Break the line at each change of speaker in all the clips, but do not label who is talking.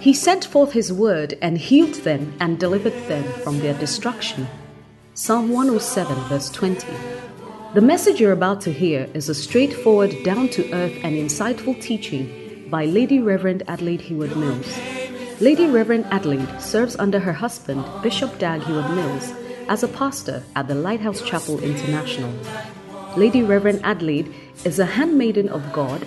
He sent forth his word and healed them and delivered them from their destruction. Psalm 107, verse 20. The message you're about to hear is a straightforward, down to earth, and insightful teaching by Lady Reverend Adelaide Heward Mills. Lady Reverend Adelaide serves under her husband, Bishop Dag Heward Mills, as a pastor at the Lighthouse Chapel International. Lady Reverend Adelaide is a handmaiden of God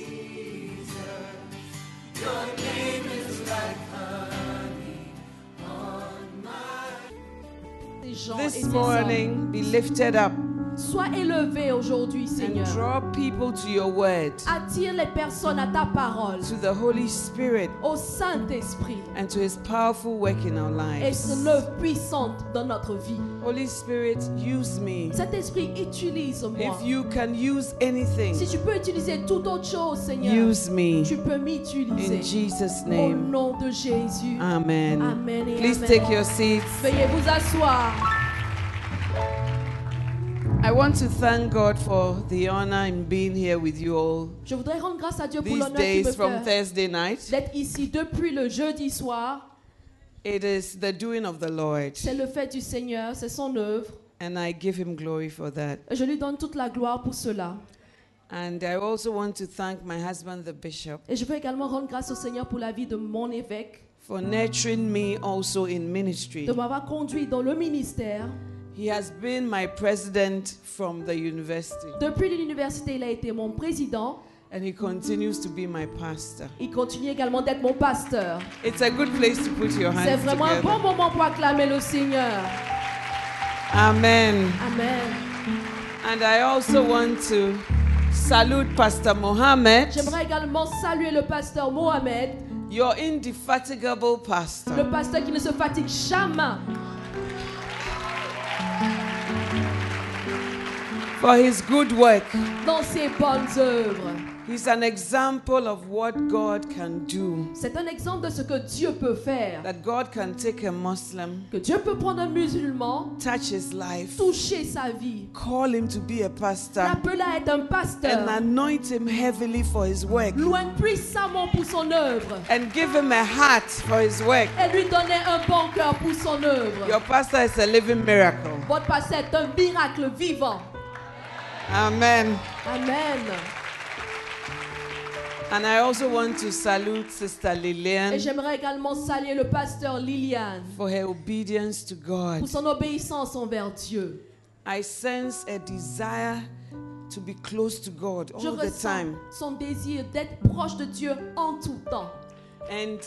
This morning, be lifted up
Sois élevé aujourd'hui,
and
Seigneur.
draw people to your word,
Attire les personnes à ta parole,
to the Holy Spirit,
au Saint-Esprit,
and to his powerful work in our
et se
lives.
lève puissante dans notre vie.
Holy Spirit, use me.
Cet esprit, utilise-moi.
If you can use anything,
Si tu peux utiliser toute autre chose, Seigneur,
use me.
tu peux
In
m'utiliser.
Jesus'
Au
name.
nom de Jésus.
Amen.
Oh, Amen et
Please
amen.
take your seats.
Veuillez vous asseoir.
I want to thank God for the honor in being here with you all
Je voudrais rendre grâce à Dieu pour
these
l'honneur qu'il me
days from
fait
Thursday night.
d'être ici depuis le jeudi soir.
It is the doing of the Lord,
C'est le fait du Seigneur, c'est son œuvre.
and I give him glory for that.
Et Je lui donne toute la gloire pour cela.
And I also want to thank my husband, the bishop,
Et je veux également rendre grâce au Seigneur pour la vie de mon évêque,
for nurturing me also in ministry.
de m'avoir conduit dans le ministère.
He has been my president from the university,
Depuis l'université, il a été mon président.
and he continues to be my pastor.
Il continue également d'être mon pasteur.
It's a good place to put your
C'est
hands
vraiment un bon
together.
moment pour acclamer le Seigneur.
Amen.
Amen.
And I also want to salute Pastor Mohammed,
J'aimerais également saluer le pasteur Mohamed,
your indefatigable
le
pastor.
pasteur qui ne se fatigue jamais
For his good work,
dans ses bonnes œuvres.
he's an example of what God can do.
C'est un exemple de ce que Dieu peut faire.
That God can take a Muslim,
Que Dieu peut prendre un musulman,
touch his life,
toucher sa vie,
call him to be a pastor
l'appeler à être un
and
pasteur,
anoint him heavily for his work
loin puissamment pour son œuvre.
and give him a heart for his work.
et lui donner un bon cœur pour son œuvre.
Your pastor is a living miracle.
Votre passé est un miracle vivant.
Amen.
Amen.
And I also want to salute Sister
Et
Lillian
j'aimerais également saluer le pasteur Liliane
for her obedience to God.
pour son obéissance envers Dieu.
I sense a desire to be close to God
Je
all the
ressens
Oh, time.
son désir d'être proche de Dieu en tout temps.
And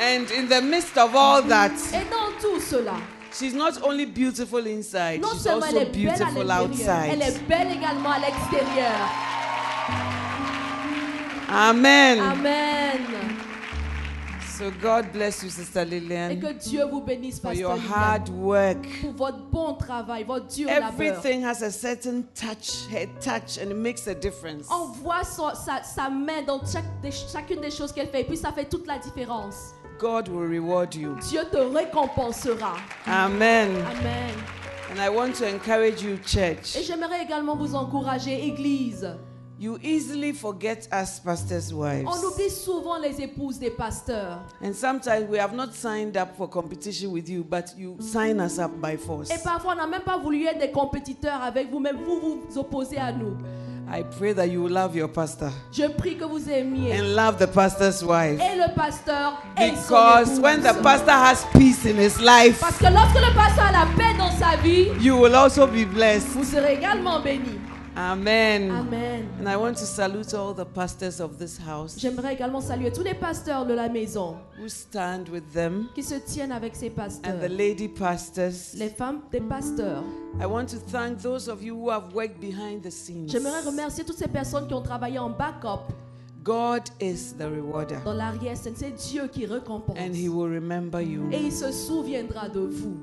and in the midst of all that,
Et dans tout cela,
she's not only beautiful inside,
non
she's
seulement elle
also
est belle à
beautiful
l'intérieur, elle
outside.
est belle également à l'extérieur. Ah
Amen.
Amen.
So God bless you, Sister
Et
Lillian,
que Dieu vous bénisse,
for
pasteur
your
Liliane,
hard work.
pour votre bon travail, votre dur labeur.
Everything has a certain touch, her touch, and it makes a difference.
On voit son- sa, sa main dans chaque des- chacune des choses qu'elle fait, et puis ça fait toute la différence.
God will reward you.
Dieu te récompensera.
Amen.
Amen.
And I want to encourage you,
Et
church.
j'aimerais également vous encourager, Église.
You easily forget us, pastors'
On
wives.
oublie souvent les épouses des pasteurs.
And sometimes we have not signed up for competition with you, but you sign us up by force.
Et parfois, on n'a même pas voulu être des compétiteurs avec vous-même. Vous vous opposez à nous.
I pray that you will love your pastor
Je prie que vous aimiez
and love the pastor's wife.
et le pasteur et son
Because when the
épouse.
pastor has peace in his life,
Parce que lorsque le pasteur a la paix dans sa vie,
you will also be blessed.
vous serez également béni.
Amen.
Amen.
And I want to salute all the pastors of this house
J'aimerais également saluer tous les pasteurs de la maison
who stand with them
qui se tiennent avec ces
and
pasteurs,
the lady pastors.
les femmes des pasteurs.
I want to thank those of you who have worked behind the scenes.
J'aimerais remercier toutes ces personnes qui ont travaillé en backup.
God is the rewarder,
Dans l'arrière-scène, c'est Dieu qui récompense.
and He will remember you.
Et il se souviendra de vous.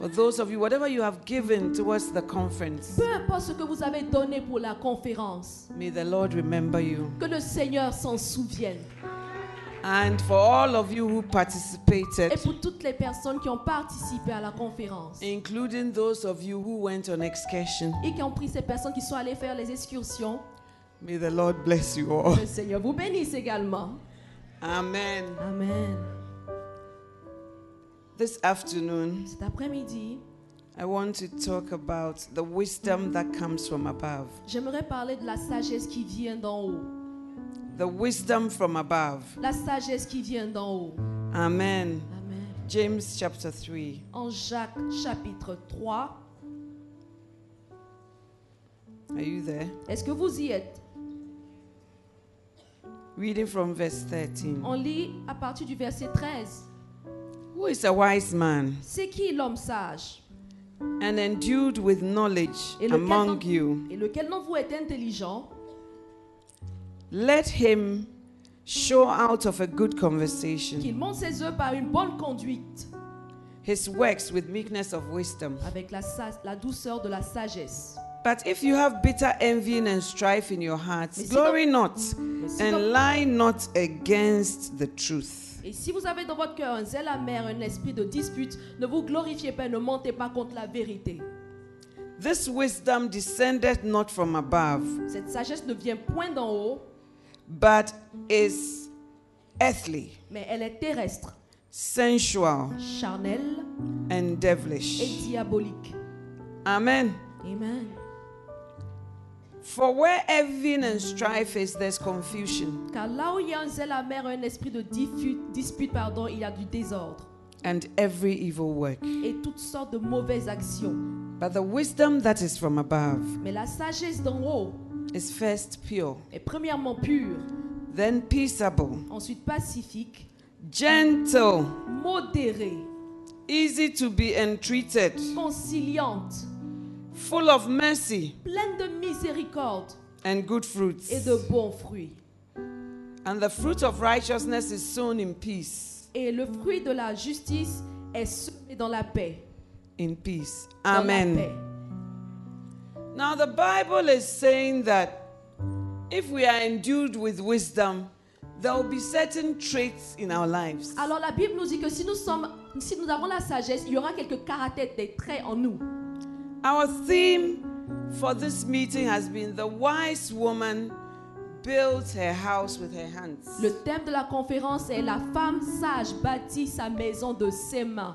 For those of you, whatever you have given towards the conference,
Peu importe ce que vous avez donné pour la conférence,
may the Lord remember you.
que le Seigneur s'en souvienne.
And for all of you who
Et
participated,
pour toutes les personnes qui ont participé à la conférence
including those of you who went on excursion,
et qui ont pris ces personnes qui sont allées faire les excursions,
may the Lord bless you all.
le Seigneur vous bénisse également.
Amen.
Amen.
This afternoon,
Cet après-midi,
I want to talk about the wisdom that comes from above.
j'aimerais parler de la sagesse qui vient d'en haut.
The wisdom from above.
La sagesse qui vient d'en haut.
Amen.
Amen.
James chapter 3.
En Jacques chapitre 3,
Are you there?
est-ce que vous y êtes
Reading from verse 13.
On lit à partir du verset 13.
Who is a wise man
C'est qui l'homme sage
and endued with knowledge
et lequel,
among
d'en-
you?
et lequel d'entre vous est intelligent
Let him show out of a good
qu'il
conversation
monte ses œufs par une bonne conduite
his works with meekness of wisdom.
avec la, sa- la douceur de la sagesse.
But if you have bitter envy and strife in your hearts,
Messi-
glory not
Messi-
and lie not against the truth.
Et si vous avez dans votre cœur un zèle amer, un esprit de dispute, ne vous glorifiez pas, ne mentez pas contre la vérité.
This wisdom descendeth not from above,
Cette sagesse ne vient point d'en haut,
but is earthly,
mais elle est terrestre,
sensual,
charnelle
and
et
devilish.
diabolique.
Amen.
Amen.
For where envy and strife is, there's confusion
Car là où il y a un zèle amer, un esprit de diffu- dispute, pardon, il y a du désordre
and every evil work.
et toutes sortes de mauvaises actions.
But the wisdom that is from above
Mais la sagesse d'en haut
is first pure,
est premièrement pure,
then peaceable,
ensuite pacifique,
gentle,
modérée,
easy to be entreated,
conciliante,
full of mercy
pleine de miséricorde
and good fruits.
et de bons fruits.
And the fruit of righteousness is sown in peace.
Et le fruit de la justice est semé dans la paix.
In peace.
dans la
Amen.
paix.
Now, the Bible is saying that if we are endued with wisdom, there will be certain traits in our lives.
Alors la Bible nous dit que si nous sommes, si nous avons la sagesse, il y aura quelques caractères, des traits en nous.
Our theme for this meeting has been the wise woman built her house with her hands.
Le thème de la conférence est la femme sage bâtit sa maison de ses mains,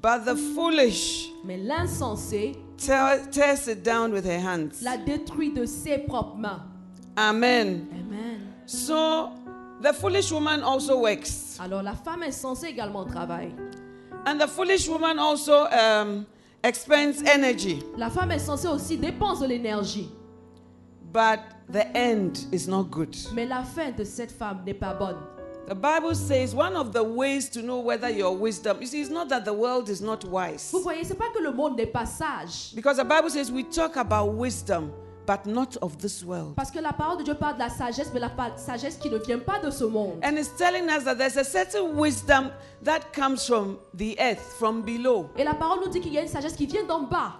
But the foolish
mais l'insensée
tear- tears it down with her hands.
la détruit de ses propres mains.
Amen.
Amen.
So the foolish woman also works,
Alors la femme insensée également travaille.
and the foolish woman also um, expends energy.
La femme insensée aussi dépense de l'énergie,
But the end is not good.
mais la fin de cette femme n'est pas bonne.
The Bible says one of the ways to know whether your wisdom, you see, it's not that the world is not wise.
Vous voyez, c'est pas que le monde n'est pas sage,
Because the Bible says we talk about wisdom, but not of this world.
parce que la parole de Dieu parle de la sagesse, mais la pa- sagesse qui ne vient pas de ce monde.
And it's telling us that there's a certain wisdom that comes from the earth, from below.
Et la parole nous dit qu'il y a une sagesse qui vient d'en bas.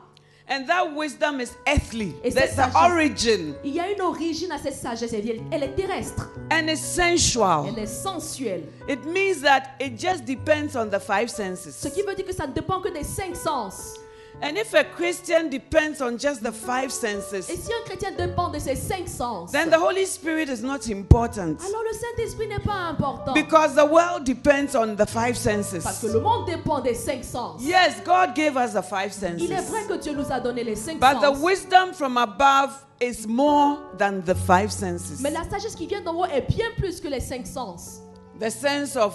And that wisdom is earthly.
It's
There's the
essential.
origin.
Il y a une origine à cette sagesse. Elle vient- elle est terrestre.
And it's sensual.
Elle est sensuelle.
It means that it just depends on the five
Ce
senses.
qui veut dire que ça ne dépend que des cinq sens.
And if a Christian depends on just the five
Et
senses,
si un chrétien dépend de ces cinq sens,
then the Holy Spirit is not important
alors le Saint-Esprit n'est pas important.
because the world depends on the five
Parce que
senses.
le monde dépend des cinq sens.
Yes, God gave us the five
Il est vrai
senses.
que Dieu nous a donné les cinq
But the
sens.
wisdom from above is more than the five senses.
Mais la sagesse qui vient d'en haut est bien plus que les cinq sens.
The sense of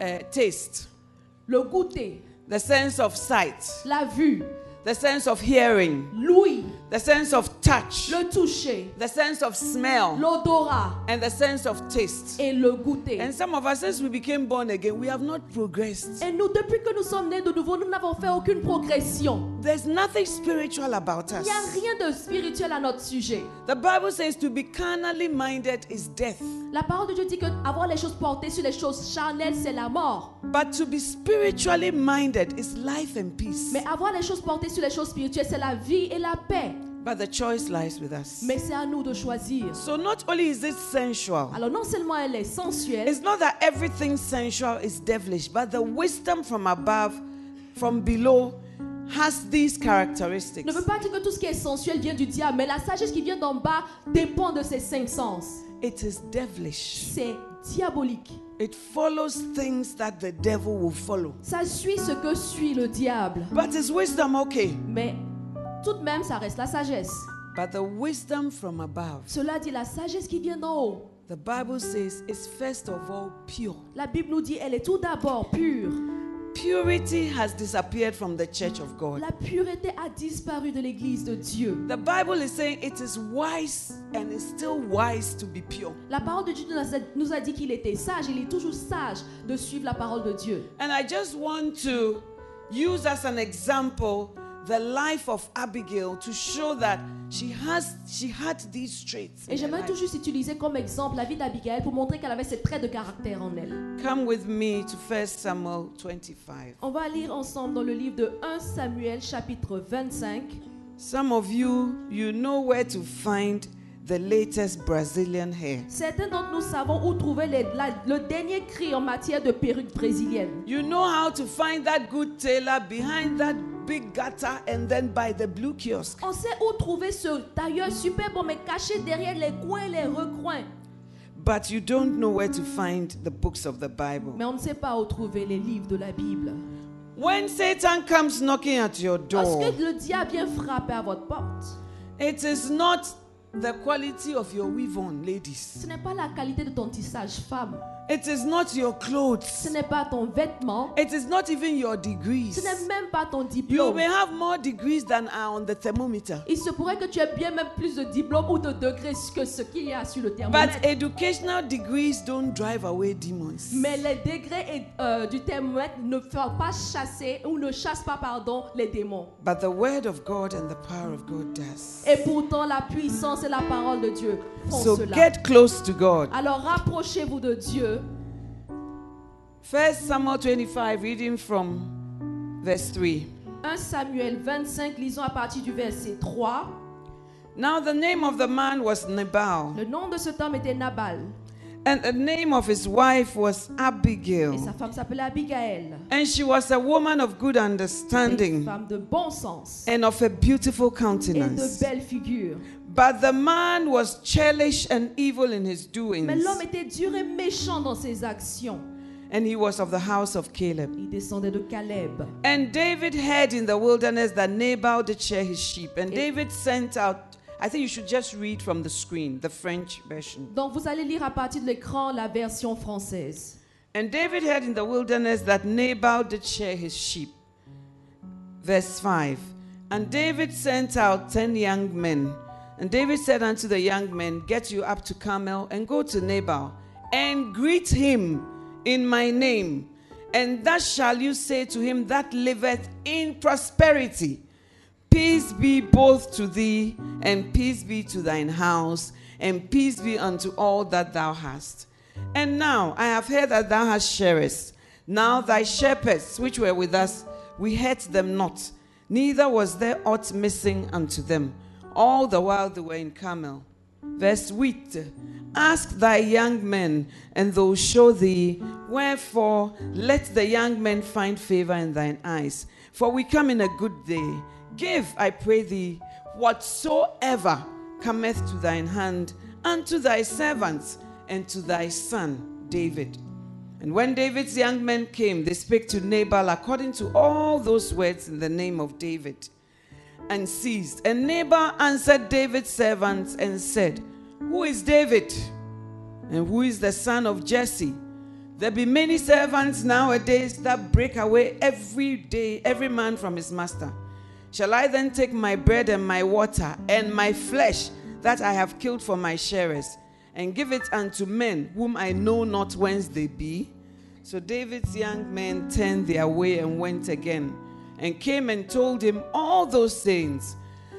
uh, taste,
Le goûter,
the sense of sight,
la vue,
the sense of hearing,
l'ouïe,
the sense of touch,
le toucher,
the sense of smell,
l'odorat
and the sense of taste.
et le goûter.
And some of us, since we became born again, we have not progressed.
Et nous, depuis que nous sommes nés de nouveau, nous n'avons fait aucune progression.
There's nothing spiritual about
Il
us.
n'y a rien de spirituel à notre sujet.
The Bible says to be carnally minded is death,
La parole de Dieu dit que avoir les choses portées sur les choses charnelles, c'est la mort.
but to be spiritually minded is life and peace.
Mais avoir les choses portées sur les choses spirituelles, c'est la vie et la paix.
But the choice lies with us.
Mais c'est à nous de choisir.
So not only is it sensual,
Alors non seulement elle est sensuelle,
it's not that everything sensual is devilish, but the wisdom from above, from below, has these
ne
characteristics.
veut pas dire que tout ce qui est sensuel vient du diable, mais la sagesse qui vient d'en bas dépend de ses cinq sens.
It is devilish.
C'est diabolique.
It follows things that the devil will follow.
Ça suit ce que suit le diable.
But is wisdom okay?
Mais tout de même, ça reste la sagesse.
But the wisdom from above,
Cela dit la sagesse qui vient d'en haut.
the Bible says, is first of all pure.
La Bible nous dit, elle est tout d'abord pure.
Purity has disappeared from the church of God.
La pureté a disparu de l'Église de Dieu.
The Bible is saying it is wise and is still wise to be pure.
La parole de Dieu nous a- nous a dit qu'il était sage, il est toujours sage de suivre la parole de Dieu.
And I just want to use as an example the life of Abigail to show that she has she had these traits. in
Et
her
j'aimerais
life.
tout juste utiliser comme exemple la vie d'Abigail pour montrer qu'elle avait ces traits de caractère en elle.
Come with me to 1 Samuel 25.
On va lire ensemble dans le livre de 1 Samuel chapitre 25.
Some of you you know where to find the latest Brazilian hair.
Certains d'entre nous savons où trouver les- la- le dernier cri en matière de perruque brésilienne.
You know how to find that good tailor behind that big gutter and then by the blue kiosk.
On sait où trouver ce tailleur super bon mais caché derrière les coins et les recoins.
But you don't know where to find the books of the Bible.
Mais on ne sait pas où trouver les livres de la Bible.
When Satan comes knocking at your door,
Lorsque le diable vient frapper à votre porte,
it is not the quality of your weave on, ladies.
ce n'est pas la qualité de ton tissage femme,
It is not your
ce
clothes.
n'est pas ton vêtement,
It is not even your
ce
degrees.
n'est même pas ton
You
diplôme.
may have more degrees than are on the thermometer.
Il se pourrait que tu aies bien même plus de diplômes ou de degrés que ce qu'il y a sur le thermomètre.
But educational degrees don't drive away demons.
Mais les degrés et, euh, du thermomètre ne font pas chasser ou ne chassent pas, pardon, les démons.
But the word of God and the power of God does.
Et pourtant, la puissance et la parole de Dieu font
So
cela.
get close to God.
Alors rapprochez-vous de Dieu.
First Samuel 25, reading from verse 3.
1 Samuel 25, lisons à partir du verset 3.
Now the name of the man was Nabal,
Le nom de cet homme était Nabal
and the name of his wife was
et sa
Abigail.
femme s'appelait Abigail.
And she was a woman of good
Une
understanding
femme de bon sens
and of a beautiful
et
countenance.
de belle figure.
But the man was churlish and evil in his
Mais
doings,
l'homme était dur et méchant dans ses actions.
and he was of the house of Caleb.
Il descendait de Caleb.
And David heard in the wilderness that Nabal did share his sheep, and David sent out. I think you should just read from the screen, the French version.
Donc vous allez lire à partir de l'écran la version française.
And David heard in the wilderness that Nabal did share his sheep. Verse 5 And David sent out ten young men. And David said unto the young men, Get you up to Carmel and go to Nabal and greet him in my name. And thus shall you say to him that liveth in prosperity. Peace be both to thee, and peace be to thine house, and peace be unto all that thou hast. And now I have heard that thou hast sharest. Now thy shepherds, which were with us, we hurt them not, neither was there aught missing unto them, all the while they were in Carmel. Verse 8 Ask thy young men, and they'll show thee. Wherefore, let the young men find favor in thine eyes. For we come in a good day. Give, I pray thee, whatsoever cometh to thine hand, unto thy servants, and to thy son David. And when David's young men came, they spake to Nabal according to all those words in the name of David and ceased. And Nabal answered David's servants and said, Who is David? And who is the son of Jesse? There be many servants nowadays that break away every day, every man from his master. Shall I then take my bread and my water and my flesh that I have killed for my sharers and give it unto men whom I know not whence they be? So David's young men turned their way and went again and came and told him all those things.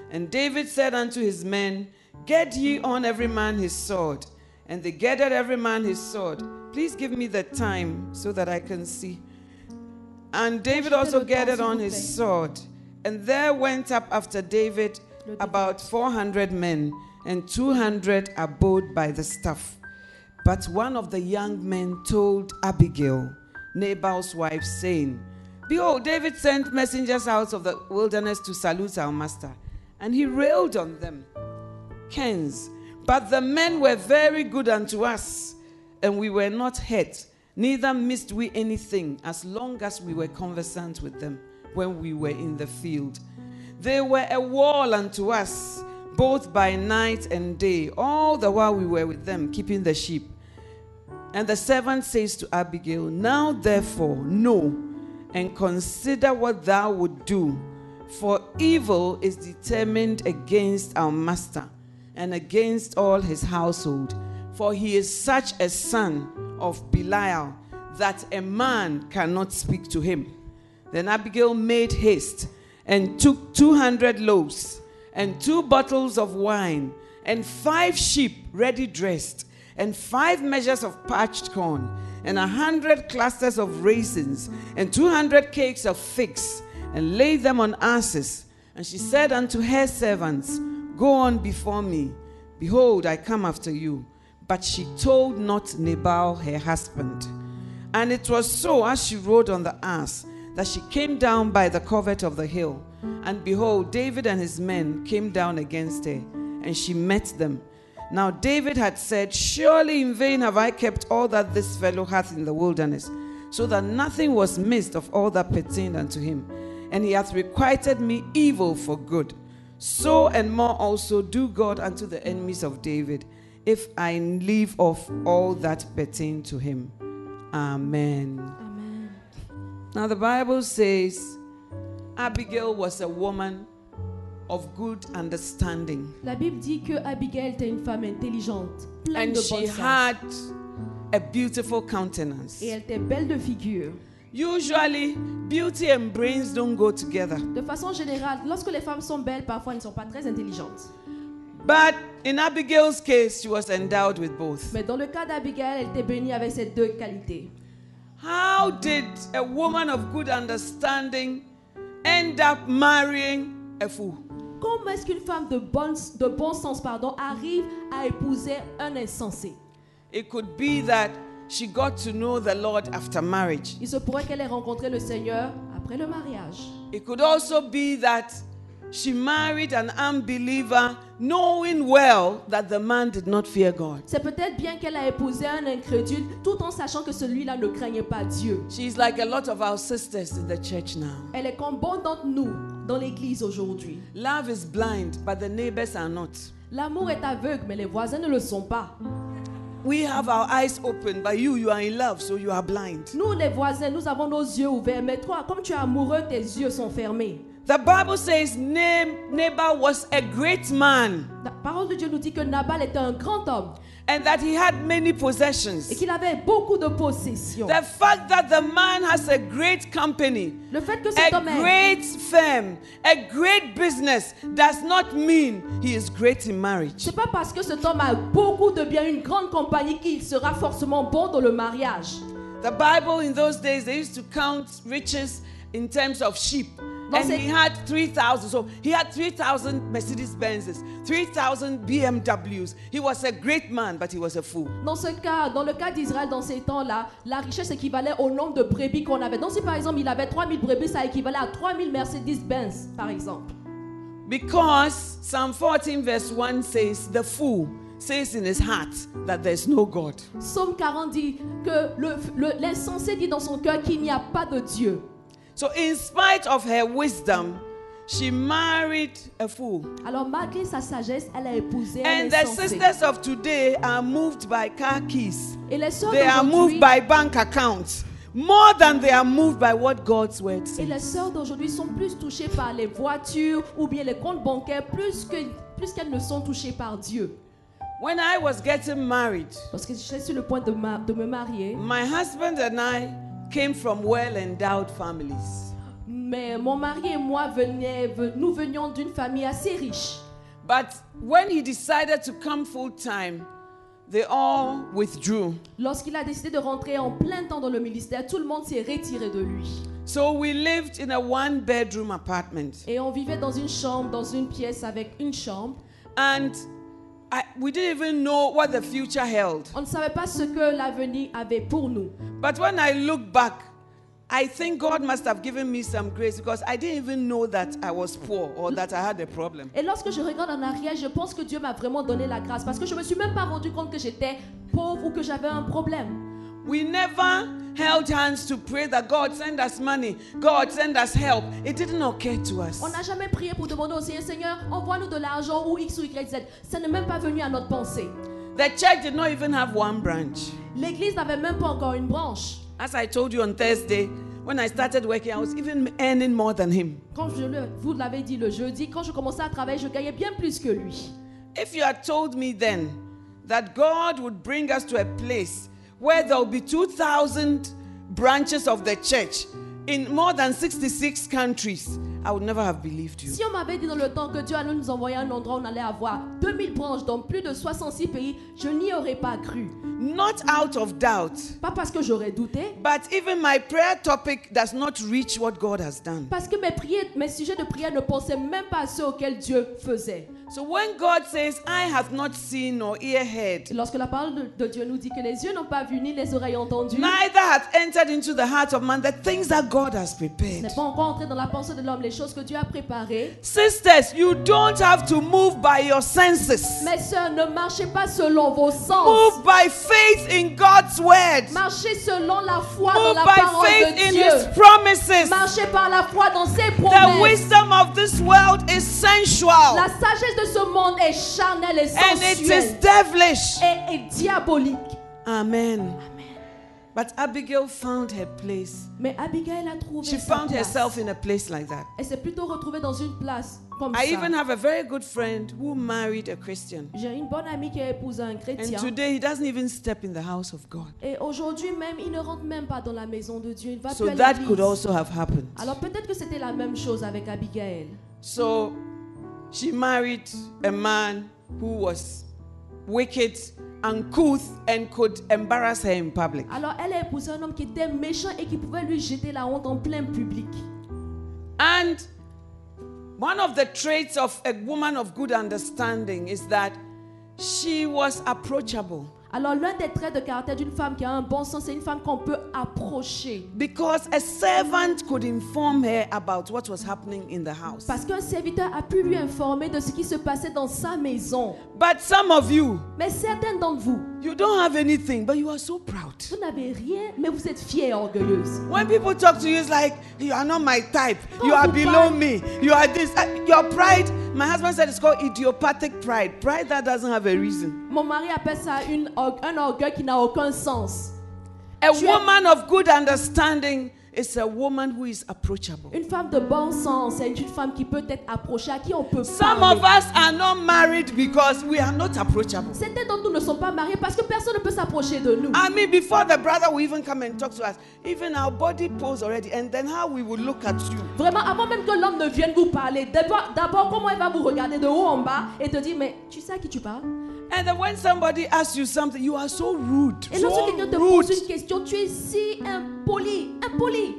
And David said unto his men, Get ye on every man his sword. And they gathered every man his sword. Please give me the time so that I can see. And David also gathered on his sword. And there went up after David about 400 men, and 200 abode by the staff. But one of the young men told Abigail, Nabal's wife, saying, Behold, David sent messengers out of the wilderness to salute our master, and he railed on them. Kens, but the men were very good unto us, and we were not hurt, neither missed we anything, as long as we were conversant with them when we were in the field. They were a wall unto us, both by night and day, all the while we were with them, keeping the sheep. And the servant says to Abigail, Now therefore, know and consider what thou would do, for evil is determined against our master and against all his household, for he is such a son of Belial that a man cannot speak to him. Then Abigail made haste and took 200 loaves and two bottles of wine and five sheep ready dressed and five measures of parched corn and a hundred clusters of raisins and 200 cakes of figs and laid them on asses. And she said unto her servants, Go on before me. Behold, I come after you. But she told not Nabal her husband. And it was so as she rode on the ass that she came down by the covert of the hill. And behold, David and his men came down against her, and she met them. Now David had said, Surely in vain have I kept all that this fellow hath in the wilderness, so that nothing was missed of all that pertained unto him. And he hath requited me evil for good. So and more also do God unto the enemies of David, if I leave off all that pertain to him. Amen. Now, the Bible says Abigail was a woman of good understanding
La Bible dit que Abigail était une femme intelligente, pleine
and
de bon
she
sens.
had a beautiful countenance.
Et elle était belle de figure.
Usually, beauty and brains don't go together,
De façon générale, lorsque les femmes sont belles, parfois elles ne sont pas très intelligentes.
but in Abigail's case, she was endowed with both.
Mais dans le cas d'Abigail, elle était bénie avec ces deux qualités.
How did a woman of good understanding end up marrying a fool?
Comment est-ce qu'une femme de, bonne- de bon sens pardon, arrive à épouser un insensé
It could be that she got to know the Lord after marriage.
Il se pourrait qu'elle ait rencontré le Seigneur après le mariage.
It could also be that she married an unbeliever, knowing well that the man did not fear God.
C'est peut-être bien qu'elle a épousé un incrédule tout en sachant que celui-là ne craignait pas Dieu.
She's like a lot of our sisters in the church now.
Elle est comme bon d'entre nous dans l'église aujourd'hui.
Love is blind, but the neighbors are not.
L'amour est aveugle, mais les voisins ne le sont pas.
We have our eyes open, but you, you are in love, so you are blind.
Nous, les voisins, nous avons nos yeux ouverts, mais toi, comme tu es amoureux, tes yeux sont fermés.
The Bible says Na- Nabal was a great man
La parole de Dieu nous dit que Nabal était un grand homme
and that he had many
et
possessions.
qu'il avait beaucoup de possessions.
The fact that the man has a great company
Le fait que cet
A
homme ait
great firm, a great business does not mean he is great in marriage.
C'est pas parce que cet homme a beaucoup de biens, une grande compagnie, qu'il sera forcément bon dans le mariage.
The Bible in those days they used to count riches in terms of sheep. And
That's
he
it.
had 3,000. So he had 3,000 Mercedes Benzes, 3,000 BMWs. He was a great man, but he was a fool.
Dans ce cas, dans le cas d'Israël, dans ces temps-là, la richesse équivalait au nombre de brebis qu'on avait. Donc, si par exemple il avait 3000 brebis, ça équivalait à 3000 Mercedes-Benz, par exemple.
Because Psalm 14, verse 1 says, The fool says in his heart that there's no God.
Psaume 40 dit que le- le- l'insensé dit dans son cœur qu'il n'y a pas de Dieu.
So, in spite of her wisdom, she married a fool.
Alors, malgré sa sagesse, elle a épousé un
And the
insensé.
sisters of today are moved by car keys.
Et les sœurs
They are
d'aujourd'hui,
moved by bank accounts. more than they are moved by what God's word
Et les
says.
sœurs d'aujourd'hui sont plus touchées par les voitures ou bien les comptes bancaires plus que plus qu'elles ne sont touchées par Dieu.
When I was getting married,
Parce que j'étais sur le point de, ma- de me marier,
my husband and I came from well endowed families.
mais mon mari et moi venions- ve- nous venions d'une famille assez riche.
But when he decided to come full time, they all withdrew.
Lorsqu'il a décidé de rentrer en plein temps dans le ministère, tout le monde s'est retiré de lui.
So we lived in a one bedroom apartment.
Et on vivait dans une chambre, dans une pièce avec une chambre.
And I, we didn't even know what the future held.
On ne savait pas ce que l'avenir avait pour nous.
But when I look back, I think God must have given me some grace because I didn't even know that I was poor or that I had a problem.
Et lorsque je regarde en arrière, je pense que Dieu m'a vraiment donné la grâce parce que je me suis même pas rendu compte que j'étais pauvre ou que j'avais un problème.
We never held hands to pray that God send us money, God send us help. It didn't occur to us.
On n'a jamais prié pour demander au Seigneur, Seigneur, envoie-nous de l'argent ou X ou Y, Z. Ça n'est même pas venu à notre pensée.
The church did not even have one branch.
L'église n'avait même pas encore une branche.
As I told you on Thursday, when I started working, I was even earning more than him.
Quand je le, vous l'avez dit le jeudi, quand je commençais à travailler, je gagnais bien plus que lui.
If you had told me then that God would bring us to a place where there will be 2,000 branches of the church in more than 66 countries, I would never have believed you.
Si on m'avait dit dans le temps que Dieu allait nous envoyer à un endroit où on allait avoir 2000 branches dans plus de 66 pays, je n'y aurais pas cru.
Not out of doubt,
Pas parce que j'aurais douté,
but even my prayer topic does not reach what God has done.
Parce que mes, prières, mes sujets de prière ne pensaient même pas à ceux auxquels Dieu faisait.
So when God says, I have not seen nor ear heard,
Et lorsque la parole de, de Dieu nous dit que les yeux n'ont pas vu ni les oreilles entendues,
neither hath entered into the heart of man the things that God has
ce
prepared.
n'est pas encore entré dans la pensée de l'homme les choses que Dieu a préparées.
Sisters, you don't have to move by your senses.
Mes sœurs, ne marchez pas selon vos sens.
Move by faith in God's word.
Marchez selon la foi dans
Move
la
by
parole
faith
de
in
Dieu.
His promises.
Marchez par la foi dans ses
The
promesses.
wisdom of this world is sensual
La sagesse de ce monde est charnelle et
and it is
sensuelle
devilish.
et, et diabolique.
Amen. But Abigail found her place.
Mais Abigail a trouvé
She
sa
found
place.
herself in a place like that.
Elle s'est plutôt retrouvée dans une place comme
I
ça.
even have a very good friend who married a Christian.
J'ai une bonne amie qui a épousé un
And
chrétien.
today he doesn't even step in the house of God.
Et aujourd'hui même, il ne rentre même pas dans la maison de Dieu. Il va
So
plus à
that
l'église.
could also have happened.
Alors peut-être que c'était la même chose avec Abigail.
So she married a man who was wicked, uncouth, and could embarrass her in public.
Alors elle a épousé un homme qui était méchant et qui pouvait lui jeter la honte en plein public.
And one of the traits of a woman of good understanding is that she was approachable
Alors l'un des traits de caractère d'une femme qui a un bon sens, c'est une femme qu'on peut approcher.
because a servant could inform her about what was happening in the house.
Parce qu'un serviteur a pu lui informer de ce qui se passait dans sa maison.
But some of you,
Mais certaines d'entre vous,
you don't have anything, but you are so proud.
vous n'avez rien, mais vous êtes fière et orgueilleuse.
When people talk to you, it's like, you are not my type.
Oh,
You are
goodbye.
below me. You are this. Uh, Your pride, my husband said it's called idiopathic pride. Pride that doesn't have a reason.
Mon mari appelle ça une orgue- un orgueil qui n'a aucun sens.
A
Tu es-
woman of good understanding is a woman who is approachable.
Une femme de bon sens c'est une femme qui peut être approchée, à qui on peut
Some
parler.
of us are not married because we are not approachable.
Certains d'entre nous ne sont pas mariés parce que personne ne peut s'approcher de nous.
I mean, before the brother will even come and talk to us, even our body pose already, and then how we will look at you.
Vraiment, avant même que l'homme ne vienne vous parler, d'abord, d'abord, comment il va vous regarder de haut en bas et te dire, mais tu sais à qui tu parles
And then when somebody asks you something, you are so rude.
Et lorsque
so
quelqu'un te
rude.
pose une question, tu es si impoli, impoli.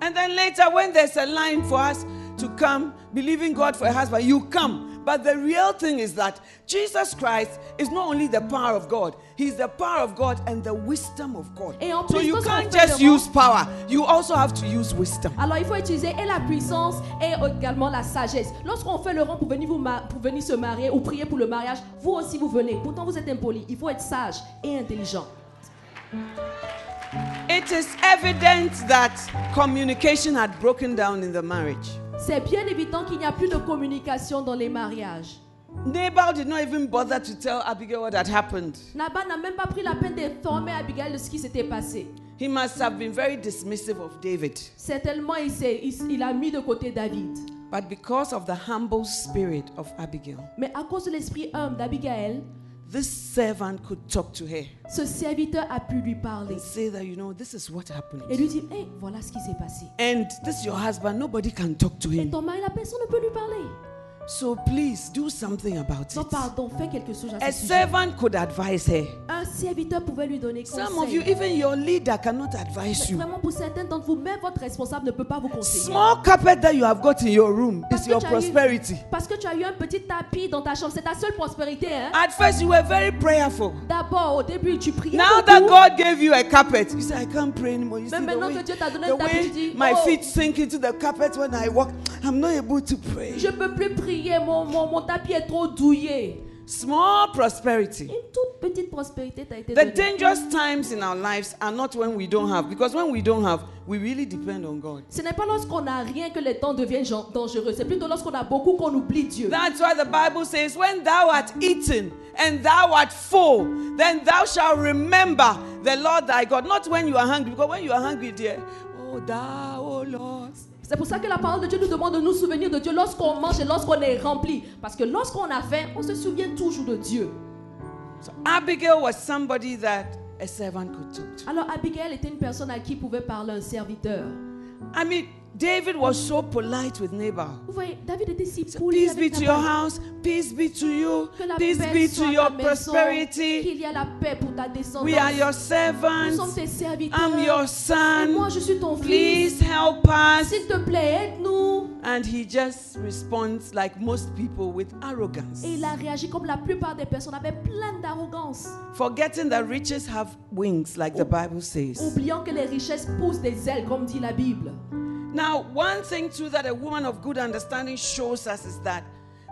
And then later, when there's a line for us to come, believing God for a husband, you come. But the real thing is that Jesus Christ is not only the power of God, He's the power of God and the wisdom of God.
Et en
So
plus,
you
quand ça
can't
fait
just
le rang-
use power, you also have to use wisdom.
Alors il faut utiliser et la puissance et également la sagesse. Lorsqu'on fait le rang pour venir, vous ma- pour venir se marier ou prier pour le mariage, vous aussi vous venez. Pourtant vous êtes impoli. Il faut être sage et intelligent.
It is evident that communication had broken down in the marriage.
C'est bien évident qu'il n'y a plus de communication dans les mariages.
Nabal did not even bother to tell Abigail what had happened.
Nabal n'a même pas pris la peine d'informer Abigail de ce qui s'était passé.
He must have been very dismissive of David.
Certainement, il, s'est- il- il a mis de côté David.
But because of the humble spirit of Abigail,
Mais à cause de l'esprit humble d'Abigaël,
this servant could talk to her
ce serviteur a pu lui parler
and say that, you know, this is what happened.
et lui dire Hé, voilà ce qui s'est passé.
And this is your husband, nobody can talk to
Et
him.
ton mari, la personne ne peut lui parler.
So please do something about
Non,
it.
pardon, fais quelque chose à
A
ce sujet.
servant could advise her.
Un serviteur pouvait lui donner conseil.
Some of you, even your leader cannot advise you.
Vraiment, pour certains d'entre vous, même votre responsable ne peut pas vous conseiller.
Small carpet that you have got in your room
Parce
is
que
your
tu as eu-
prosperity.
Parce que tu as eu un petit tapis dans ta chambre, c'est ta seule prospérité. Hein?
At first, you were very prayerful.
D'abord, au début, tu priais.
Now
beaucoup.
that God gave you a carpet, you say, I can't pray anymore. You
Mais
see the
maintenant que
way,
Dieu t'a donné
the
un tapis, tu
way
dis,
my
oh,
feet sink into the carpet when I walk, I'm not able to pray.
je peux plus prier, mon, mon, mon tapis est trop douillé.
Small prosperity.
Une toute petite prospérité t'a été
The
donnée.
dangerous times in our lives are not when we don't have, because when we don't have, we really depend on God.
Ce n'est pas lorsqu'on n'a rien que les temps deviennent gen- dangereux. C'est plutôt lorsqu'on a beaucoup qu'on oublie Dieu.
That's why the Bible says, When thou art eaten and thou art full, then thou shalt remember the Lord thy God. Not when you are hungry, because when you are hungry, dear, oh thou, oh Lord.
C'est pour ça que la parole de Dieu nous demande de nous souvenir de Dieu lorsqu'on mange et lorsqu'on est rempli. Parce que lorsqu'on a faim, on se souvient toujours de Dieu.
So Abigail was somebody that a servant could talk to.
Alors Abigail était une personne à qui pouvait parler un serviteur.
I mean, David was so polite with Nabal.
Vous voyez, David était si
So,
poli
peace
avec
be to your
Nabal.
house, peace be to you,
Que la
peace
paix
be
soit
to
à
your
ta maison,
prosperity.
Qu'il y a la paix pour ta descendance.
We are your
Nous sommes
servants.
tes serviteurs.
I'm your
Et moi,
son.
je suis ton
Please help
fils.
us.
S'il te plaît, aide-nous.
And he just responds like most people with arrogance,
Et il a réagi comme la plupart des personnes, avec plein d'arrogance,
forgetting that riches have wings, like the Bible says.
oubliant que les richesses poussent des ailes, comme dit la Bible.
Now, one thing too that a woman of good understanding shows us is that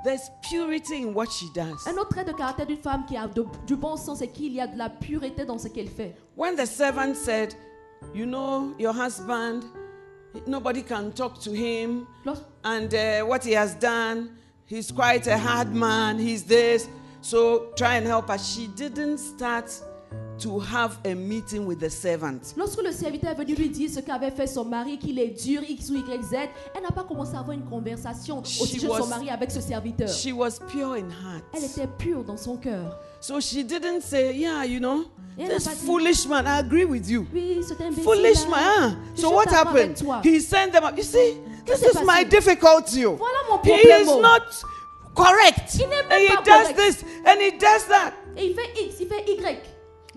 there's purity in what she does.
Un autre trait de caractère d'une femme qui a de- du bon sens, c'est qu'il y a de la pureté dans ce qu'elle fait.
When the servant said, You know, your husband, nobody can talk to him,
Lorsque-
and uh, what he has done, he's quite a hard man, he's this, so try and help us. She didn't start to have a meeting with the servant.
Lorsque le serviteur est venu lui dire ce qu'avait fait son mari, qu'il est dur, X ou Y, Z, elle n'a pas commencé à avoir une conversation au
She
sujet de son
was-
mari avec ce serviteur.
She was pure in heart.
Elle était pure dans son cœur.
So she didn't say, Yeah, you know,
Yeah,
this
but-
foolish man, I agree with you.
Oui, c'est un
Foolish man. huh? So what happened? He sent them up. You see, this
Qu'est-ce
is
qui s'est
my
passé?
difficulty. oh.
Voilà mon
He
problème,
is
oh.
not correct.
Il n'est même
And he
pas
does
correct.
this and he does that.
Et il fait X, il fait Y.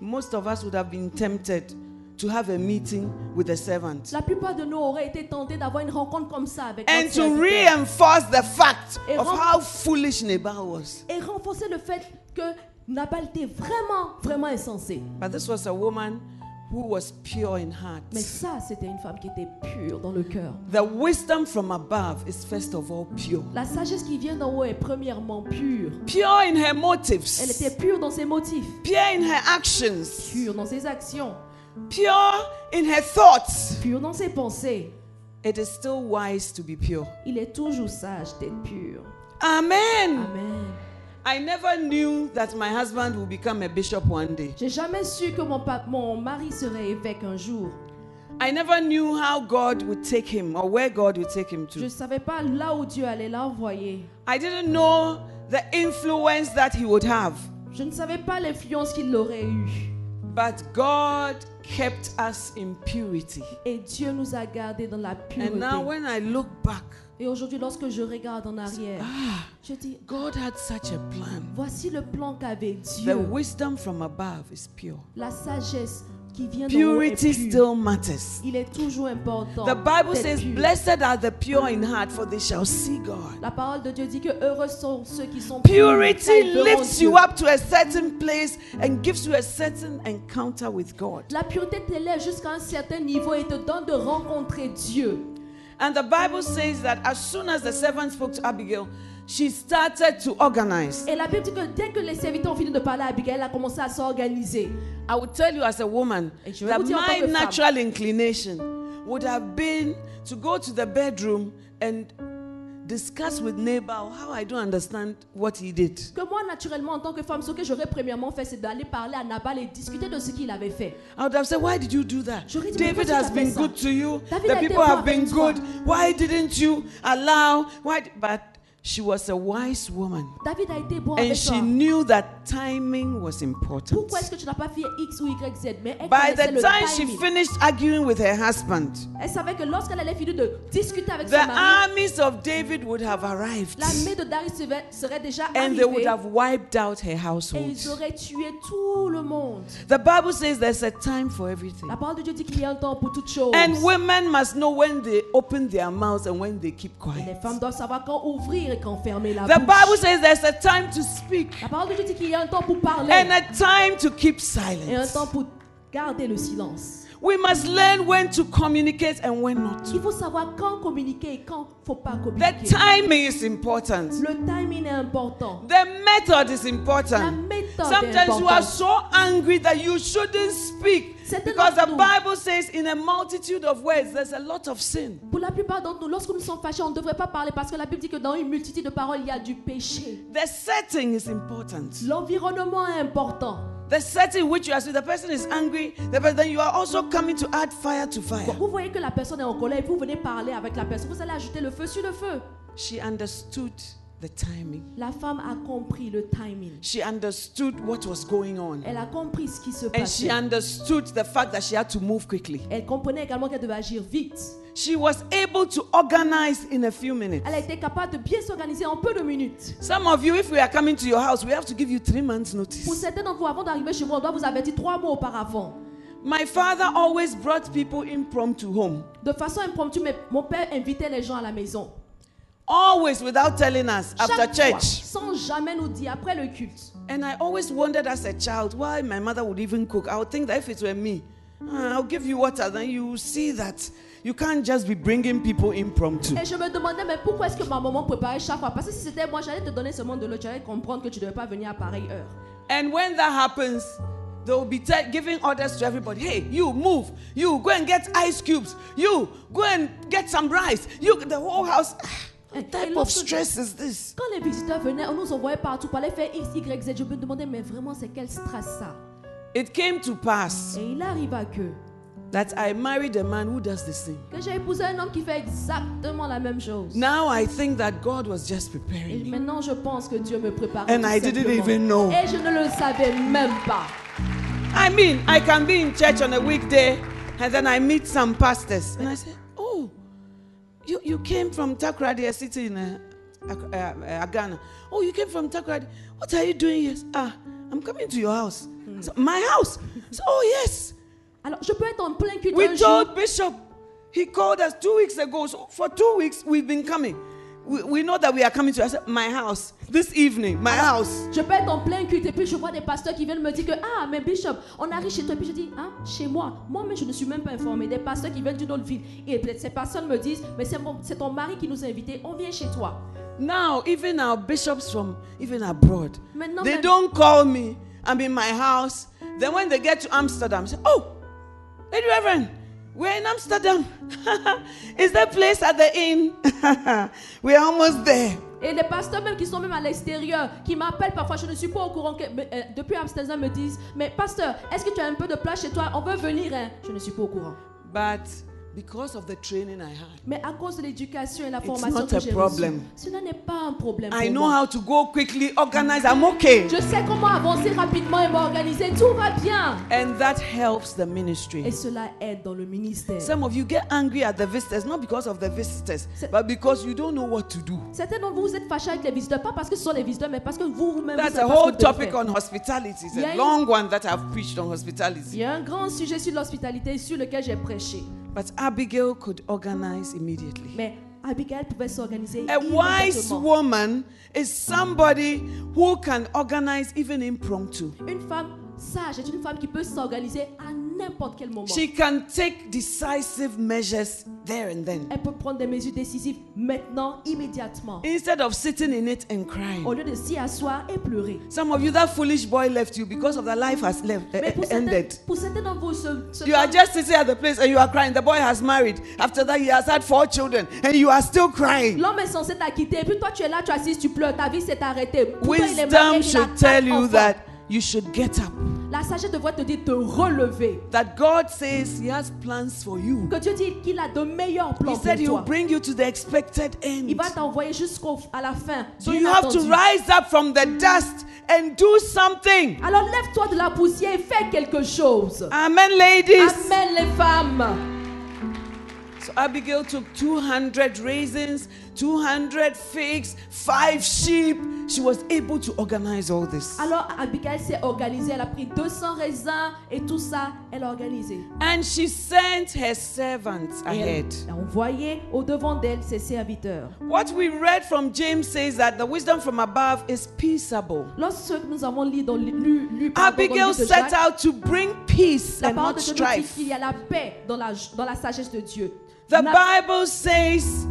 Most of us would have been tempted to have a meeting with a servant
La plupart de nous auraient été tentés d'avoir une rencontre comme ça avec
and
notre
to
serviteur.
reinforce the fact
Et
of
rem-
how foolish Nabal was.
Et renforcer le fait que Nabal était vraiment, vraiment insensé.
But this was a woman who was pure in heart.
Mais ça, c'était une femme qui était pure dans le cœur.
The wisdom from above is first of all pure.
La sagesse qui vient d'en haut est premièrement pure.
Pure in her
Elle
motives,
était pure dans ses motifs,
pure in her actions.
pure dans ses actions,
pure in her thoughts.
pure dans ses pensées.
It is still wise to be pure.
Il est toujours sage d'être pur.
Amen.
Amen.
I never knew that my husband will become a bishop one day.
J'ai jamais su que mon, pa- mon mari serait évêque un jour.
I never knew how God would take him or where God would take him
Je ne
to.
savais pas là où Dieu allait l'envoyer.
I didn't know the influence that he would have.
Je ne savais pas l'influence qu'il aurait eue.
But God kept us in purity.
Et Dieu nous a gardés dans la
And
pureté.
now when I look back,
Et aujourd'hui, lorsque je regarde en arrière,
ah,
je dis,
God had such a plan.
voici le plan qu'avait
The
Dieu.
wisdom from above is pure.
La sagesse qui vient de
Purity still matters.
Il est toujours important.
The Bible
d'être
says,
pur.
Blessed are the pure in heart, for they shall see God.
La parole de Dieu dit que heureux sont ceux qui sont purs, car
Purity
ils verront
lifts
Dieu.
you up to a certain place and gives you a certain encounter with God.
La pureté t'élève jusqu'à un certain niveau et te donne de rencontrer Dieu.
And the Bible says that as soon as the servant spoke to Abigail, she started to organize.
Et la Bible dit que dès que les serviteurs ont fini de parler à Abigail, elle a commencé à s'organiser.
I would tell you as a woman
Et je vais
that
vous dire en tant
my
que femme.
natural inclination would have been to go to the bedroom and discuss with Nabal how I don't understand what he did.
Que moi, naturellement, en tant que femme, ce que j'aurais premièrement fait, c'est d'aller parler à Nabal et discuter de ce qu'il avait fait.
I would have said, Why did you do that?
J'aurais dit,
David
pourquoi
has
tu as
been
fait ça?
good to you.
David
the
a été
people have
bon
been
avec toi.
good. Why didn't you allow? Why? di- But she was a wise woman.
David a été bon
And
avec toi.
she knew that timing was important.
Pourquoi est-ce que tu n'as pas fait X ou Y, Z Mais elle
By
connaissait
the
le
time she
timing.
finished arguing with her husband,
Elle savait que lorsqu'elle allait finir de discuter avec
the
son mari,
armies of David would have arrived.
l'armée de Darius serait- serait déjà
And they would
arrivée
have wiped out her
et
household.
ils auraient tué tout le monde.
The Bible says there's a time for everything.
La parole de Dieu dit qu'il y a un temps pour toutes choses.
And women must know when they open their mouths and when they keep
Et
quiet.
les femmes doivent savoir quand ouvrir et quand fermer la
The
bouche.
Bible says there's a time to speak
La parole de Dieu dit qu'il y a un temps pour parler
and a time to keep
et un
silent.
temps pour garder le silence.
We must learn when to communicate and when not to.
Il faut savoir quand communiquer et quand faut pas
The
communiquer.
timing is important.
Le timing est important.
The method is
La
important.
méthode est
Sometimes you are
importante.
so angry that you shouldn't speak
Certaines
because
d'entre
the
nous-
Bible says in a multitude of words there's a lot of sin.
Pour la plupart d'entre nous, lorsque nous sommes fâchés, on ne devrait pas parler parce que la Bible dit que dans une multitude de paroles, il y a du péché.
The setting is important.
L'environnement est important.
The setting in which you are so the person is angry, the person, then you are also coming to add fire to fire.
Vous voyez que la personne est en colère et vous venez parler avec la personne. Vous allez ajouter le feu sur le feu.
She understood the timing.
La femme a compris le timing.
She understood what was going on.
Elle a compris ce qui se
And she
passait.
understood the fact that she had to move quickly.
Elle comprenait également qu'elle devait agir vite.
She was able to organize in a few minutes.
Elle a été capable de bien s'organiser en peu de minutes.
Some of you, if we are coming to your house, we have to give you three months'
Pour
notice.
certains d'entre vous, avant d'arriver chez vous, on doit vous avertir trois mois auparavant.
My father always brought people impromptu home,
De façon impromptue, mais mon père invitait les gens à la maison.
always without telling us after
Chaque fois,
church.
sans jamais nous dire, après le culte.
And I always wondered as a child why my mother would even cook. I would think that if it were me, "Ah, I'll give you water, then you will see that you can't just be bringing people impromptu.
Et je me demandais, mais pourquoi est-ce que ma maman préparait chaque fois Parce que si c'était moi, j'allais te donner seulement de l'eau, j'allais comprendre que tu ne devais pas venir à pareille heure.
And when that happens, they will be te- giving orders to everybody. Hey, you move. You go and get ice cubes. You go and get some rice. You the whole house. Ah, What
Hey,
type of
look-
stress is this?
Quand les visiteurs venaient, on nous envoyait partout pour aller faire X, Y, Z. Je me demandais, mais vraiment, c'est quel stress ça
It came to pass
Et il arriva que,
that I married a man who does the same.
que j'ai épousé un homme qui fait exactement la même chose.
Now I think that God was just
Et
preparing me.
maintenant, je pense que Dieu me prépare.
And I didn't even know.
Et je ne le savais même pas.
I mean, I can be in church on a weekday and then I meet some pastors. And I say, Oh, you, you came from Takrady, a city in uh, Ak- uh, uh, Ghana. Oh, you came from Takrady. What are you doing here? Ah, I'm coming to your house. So, my house. So, oh, yes.
Alors, je peux être en plein culte
We
un jour.
told Bishop, he called us two weeks ago. So, for two weeks, we've been coming. We, we know that we are coming to I said, my house this evening, my house.
Je peux être en plein culte et puis je vois des pasteurs qui viennent me dire que ah mais Bishop on arrive chez toi et puis je dis ah chez moi moi mais je ne suis même pas informé des pasteurs qui viennent d'une autre ville et peut-être ces personnes me disent mais c'est mon- c'est ton mari qui nous a invités on vient chez toi
Now, even our bishops from even abroad,
Maintenant,
they
même-
don't call me. I'm in my house. Then when they get to Amsterdam, say, "Oh, Lady Reverend, we're in Amsterdam. Is there place at the inn? we're almost there."
et les pasteurs même qui sont même à l'extérieur qui m'appellent parfois je ne suis pas au courant que mais, euh, depuis Amsterdam me disent mais pasteur est-ce que tu as un peu de place chez toi on veut venir hein? je ne suis pas au courant
But because of the training I had,
mais à cause de l'éducation et la
It's
formation
not
que
a
j'ai
problem.
reçue cela n'est pas un problème
I
pour
know
moi.
how to go quickly, organize. I'm okay,
je sais comment avancer rapidement et m'organiser tout va bien
and that helps the
Et
ministry.
cela aide dans le ministère.
Some of you get angry at the visitors, not because of the visitors,
Se-
but because you don't know what to do.
Certains d'entre vous, vous êtes fâchés avec les visiteurs, pas parce que ce sont les visiteurs, mais parce que vous, vous-même, vous
That's
savez
a
pas ce que
whole
vous devez
topic
faire.
on hospitality. It's a
Yeah,
long one that I've preached on
Il
hospitality.
y a un grand sujet sur l'hospitalité sur lequel j'ai prêché.
But Abigail could organize immediately.
Mais Abigail pouvait s'organiser
A wise
immédiatement.
woman is somebody who can organize even impromptu.
Une femme sage est une femme qui peut s'organiser à n'importe quel moment.
She can take decisive measures there and then.
Elle peut prendre des mesures décisives maintenant, immédiatement,
Instead of sitting in it and crying.
au lieu de s'y asseoir et pleurer.
Some of you, that foolish boy left you because of the life has left, eh,
Mais
eh,
pour certains,
ended.
pour certains d'entre vous, ce, ce
You are
temps-
just sitting at the place and you are crying. The boy has married. After that, he has had four children and you are still crying.
l'homme est censé t'acquitter, et puis toi tu es là, tu assistes, tu pleures, ta vie s'est arrêtée. Pourtant, il est marié, il
Wisdom
a
should
quatre
tell you
enfants.
that you should get up.
La sagesse devrait te dire de relever.
That God says He has plans for you.
Que Dieu dit qu'il a de meilleurs plans
He said He
pour
will
toi.
bring you to the expected
Il
end.
va t'envoyer jusqu'à la fin.
So
bien
you have to
attendu.
rise up from the dust and do something.
Alors lève-toi de la poussière et fais quelque chose.
Amen, ladies.
Amen les femmes.
So Abigail took 200 raisins, 200 figs, five sheep. She was able to organize all this.
Alors Abigail s'est organisée, elle a pris 200 raisins et tout ça, elle a organisé.
And she sent her servants
Et elle
ahead.
a envoyé au devant d'elle ses serviteurs.
What we read from James says that the wisdom from above is peaceable.
Lorsque nous avons lu dans lu, lu, lu- pardon, dans le
Abigail
livre de
set
Jacques,
out to bring peace
la
and
parole
not
de Dieu nous dit
strife.
qu'il y a la paix dans la, dans la sagesse de Dieu.
The
La-
Bible says,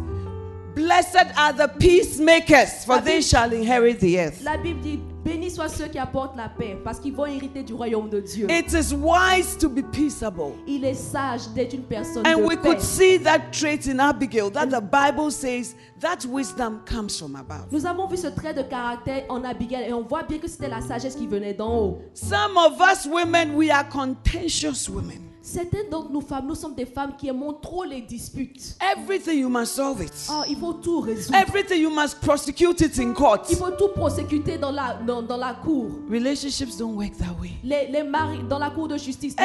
Blessed are the peacemakers, for
La
they
Bible-
shall inherit the earth.
La Bible dit Bénis soient ceux qui apportent la paix, parce qu'ils vont hériter du royaume de Dieu.
It is wise to be peaceable.
Il est sage d'être une personne
And
de
we
paix.
could see that trait in Abigail that the Bible says that wisdom comes from above.
Nous avons vu ce trait de caractère en Abigail et on voit bien que c'était la sagesse qui venait d'en haut.
Some of us women, we are contentious women.
Certaines d'entre nous femmes, nous sommes des femmes qui aimons trop les disputes.
Everything you must solve it.
Oh, il faut tout résoudre.
Everything you must prosecute it in court.
Il faut tout prosécuter dans la, dans, dans la cour.
Relationships don't work that way.
Les, les maris dans la cour de justice. les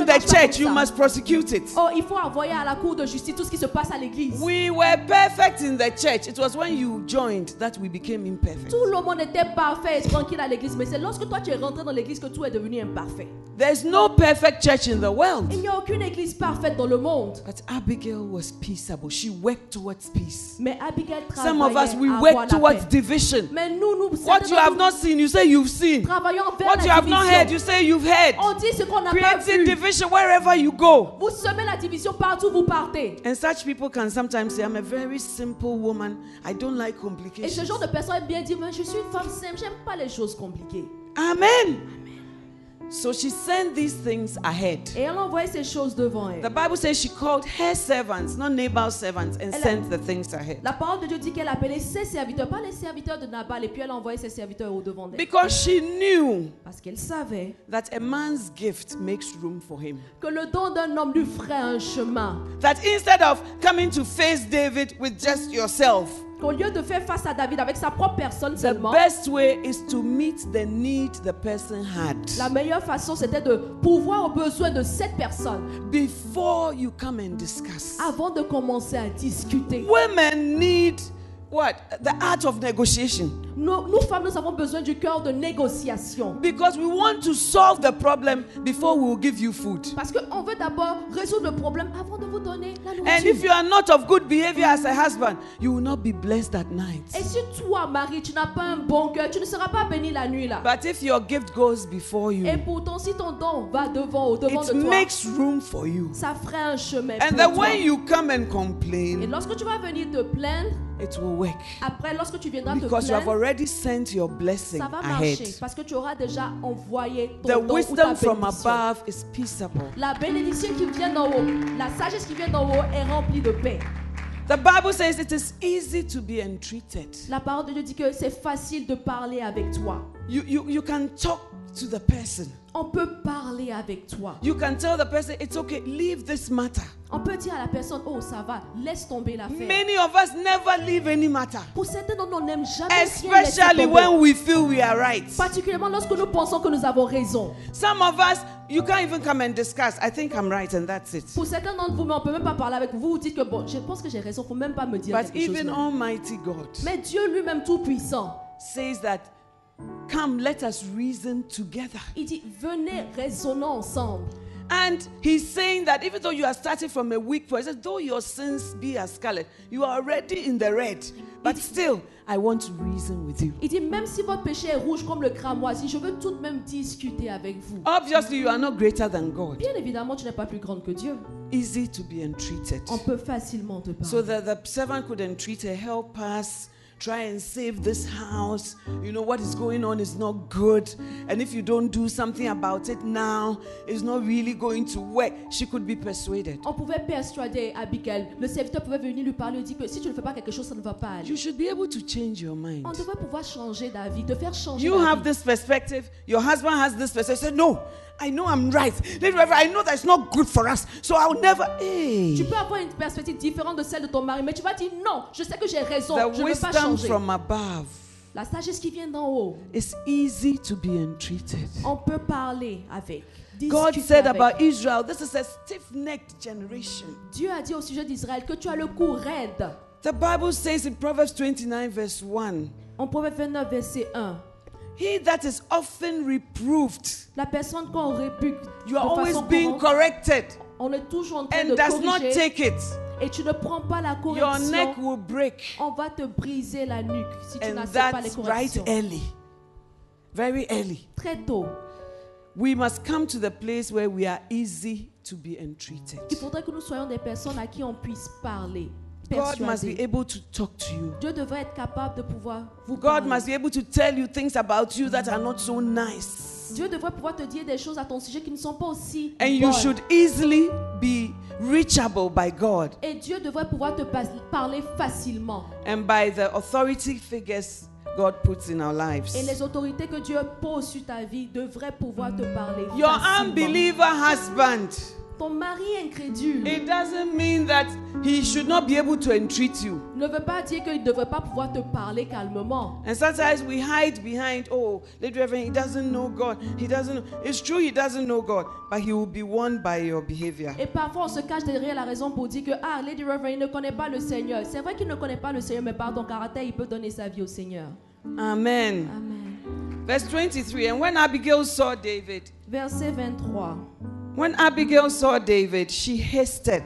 relations
in
ne
the
marchent pas
church,
comme
you
ça.
must prosecute it.
Oh, il faut envoyer à la cour de justice tout ce qui se passe à l'église.
We were perfect in the church. It was when you joined that we became imperfect.
Tout le monde était parfait et tranquille à l'église, mais c'est lorsque toi tu es rentré dans l'église que tout est devenu imparfait.
There's no perfect church in the
Il
world.
n'y a aucune église parfaite dans le monde.
But Abigail was peaceable. She worked towards peace.
Mais Abigail travaillait
Some of us, we
à
work
avoir la
towards
paix.
division.
Mais nous, nous
What you have not seen, you say you've seen.
travaillons vers
What
la
you have not
division.
heard, you say you've heard.
On dit ce qu'on n'a pas
Creating
vu.
division wherever you go.
Vous semez la division partout où vous partez.
And such people can sometimes say, I'm a very simple woman. I don't like
Et ce
complications.
genre de personne aime bien dire, mais je suis une femme simple, j'aime pas les choses compliquées.
Amen. So she sent these things ahead.
Et elle envoyait ces choses devant elle.
The Bible says she called her servants, not neighbor servants, and
Elle a-
sent the things ahead.
La parole de Dieu dit qu'elle appelait ses serviteurs, pas les serviteurs de Nabal, et puis elle envoyait ses serviteurs au devant d'elle.
Because she knew
Parce qu'elle savait
that a man's gift makes room for him.
que le don d'un homme lui ferait un chemin.
That instead of coming to face David with just yourself,
Qu'au lieu de faire face à David avec sa propre personne
the
seulement,
best way is to meet the need the person had
la meilleure façon c'était de pouvoir aux besoins de cette personne
before you come and discuss.
avant de commencer à discuter.
Women need what? The art of negotiation.
Nous, nous femmes, nous avons besoin du cœur de négociation.
Because we want to solve the problem before we will give you food.
Parce qu'on veut d'abord résoudre le problème avant de vous donner la
And if you
nourriture.
are not of good behavior as a husband, you will not be blessed at
Et
night.
si toi, Marie, tu n'as pas un bon cœur, tu ne seras pas béni la nuit là.
But if your gift goes before
Et
you,
pourtant, si ton don va devant, au devant
it
de toi,
makes room for you.
ça ferait un chemin.
And
pour
then
toi.
when you come and
Et
complain,
lorsque tu vas venir te plaindre,
it will work.
après, lorsque tu viendras te
Because you have
plaindre,
already sent your blessing
ça va marcher.
ahead.
Parce que tu auras déjà envoyé ton
The
don ou ta
wisdom from
bénédiction.
above is peaceable.
La bénédiction qui vient d'en haut, la sagesse qui vient d'en haut est remplie de paix.
The Bible says it is easy to be entreated.
La parole de Dieu dit que c'est facile de parler avec toi.
You, you, you can talk to the person.
On peut parler avec toi.
You can tell the person, it's okay, leave this matter.
On peut dire à la personne, oh ça va, laisse tomber l'affaire.
Many of us never leave any matter.
Pour certains d'entre nous, on n'aime jamais rien laisser
Especially
tomber.
when we feel we are right.
Particulièrement lorsque nous pensons que nous avons raison.
Some of us, you can't even come and discuss. I think I'm right, and that's it.
Pour certains d'entre vous, mais on peut même pas parler avec vous. Vous vous dites que bon, je pense que j'ai raison, faut même pas me dire
But
quelque chose.
even
même.
Almighty God
Mais Dieu lui-même tout puissant,
says that, come, let us reason together.
il dit venez raisonnons ensemble.
And He's saying that even though you are starting from a weak point, he says, though your sins be as scarlet, you are already in the red. But still, I want to reason with you.
Il dit, même si votre péché est rouge comme le cramoisi, je veux tout de même discuter avec vous.
Obviously, you are not greater than God.
Bien évidemment, tu n'es pas plus grande que Dieu.
Easy to be entreated.
On peut facilement te parler.
So that the servant could entreat her, help us, try and save this house. You know, what is going on is not good. And if you don't do something about it now, it's not really going to work. She could be persuaded.
on pouvait persuader Abigail. Le serviteur pouvait venir lui parler et dire que si tu ne fais pas quelque chose, ça ne va pas aller.
You should be able to change your mind.
On devrait pouvoir changer d'avis, te faire changer
You have
d'avis.
this perspective. Your husband has this perspective. Say, no, I know I'm right. Lady Reverend, I know that it's not good for us. So I'll never.
Tu
Hey.
peux avoir une perspective différente de celle de ton mari, mais tu vas dire non, je sais que j'ai raison,
The
je ne veux pas
wisdom
changer.
from above.
La sagesse qui vient d'en haut,
It's easy to be entreated.
on peut parler avec.
God
discuter
said
avec.
about Israel, this is a stiff necked generation.
Dieu a dit au sujet d'Israël que tu as le cou raide.
The Bible says in Proverbs 29, verse 1,
En Proverbe 29, verset 1.
he that is often reproved,
La personne qu'on répugne,
you are
de
always
façon
being
courante,
corrected
on est toujours en train
and
de
does not
corriger
take it.
et tu ne prends pas la
Your
correction.
neck will break.
On va te briser la nuque si tu
And
n'acceptes pas les
that's right
corrections.
early. Very early.
Très tôt,
We must come to the place where we are easy to be entreated.
il faudrait que nous soyons des personnes à qui on puisse parler,
God must be
persuader.
able to talk to you.
Dieu devrait être capable de pouvoir vous
God
parler.
must be able to tell you things about you that are not so nice.
Dieu devrait pouvoir te dire des choses à ton sujet qui ne sont pas aussi
And you
bonnes.
should easily be reachable by God.
Et Dieu devrait pouvoir te pas- parler facilement.
And by the authority figures God puts in our
Et
lives.
les autorités que Dieu pose sur ta vie devraient pouvoir te parler
Your
facilement.
unbeliever husband,
Ton mari incrédule
it doesn't mean that he should not be able to entreat you.
ne veut pas dire qu'il ne devrait pas pouvoir te parler calmement.
And sometimes we hide behind, oh, Lady Reverend, he doesn't know God. He doesn't know. It's true, he doesn't know God, but he will be won by your behavior.
Et parfois, on se cache derrière la raison pour dire que Ah, Lady Reverend, il ne connaît pas le Seigneur. C'est vrai qu'il ne connaît pas le Seigneur, mais par ton caractère, il peut donner sa vie au Seigneur.
Amen.
Amen.
Verse 23 And when Abigail saw David,
Verset 23.
when Abigail saw David, she hasted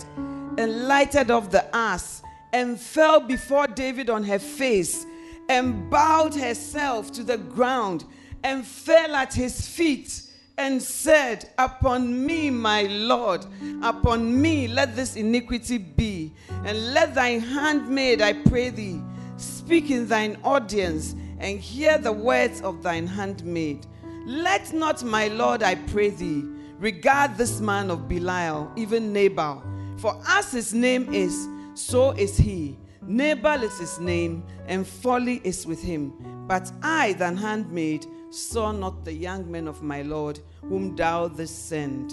and lighted off the ass and fell before David on her face and bowed herself to the ground and fell at his feet and said, Upon me, my Lord, upon me let this iniquity be, and let thy handmaid, I pray thee, speak in thine audience and hear the words of thine handmaid. Let not my Lord, I pray thee, regard this man of Belial, even Nabal. For as his name is, so is he. Nabal is his name, and folly is with him. But I, thine handmaid, saw not the young men of my Lord, whom thou didst send.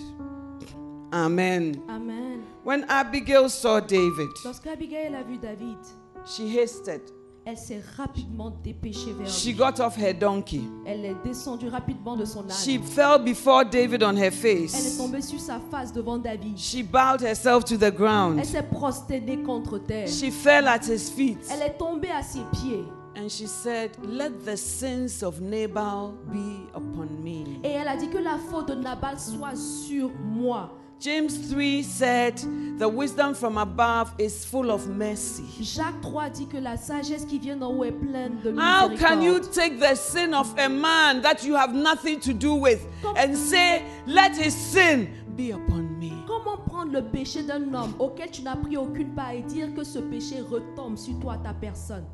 Amen.
Amen.
When Abigail saw David,
Lorsqu'Abigail a vu David,
she hasted.
elle s'est rapidement dépêchée vers
She
lui.
got off her donkey.
Elle est descendue rapidement de son
She
âne.
fell before David on
Elle
her
est
face.
tombée sur sa face devant David.
She bowed herself to the
Elle
ground.
s'est prosternée contre terre.
She fell at his feet.
Elle est tombée à ses pieds.
And she said, Let the sins of Nabal be upon me.
Et elle a dit que la faute de Nabal soit sur moi.
James 3 said, The wisdom from above is full of mercy.
Jacques 3 dit que la sagesse qui vient d'en haut est pleine de
How can you
miséricorde.
take the sin of a man that you have nothing to do with and say, Let his sin be upon me?
Comment prendre le péché d'un homme auquel tu n'as pris aucune part et dire que ce péché retombe sur toi, ta personne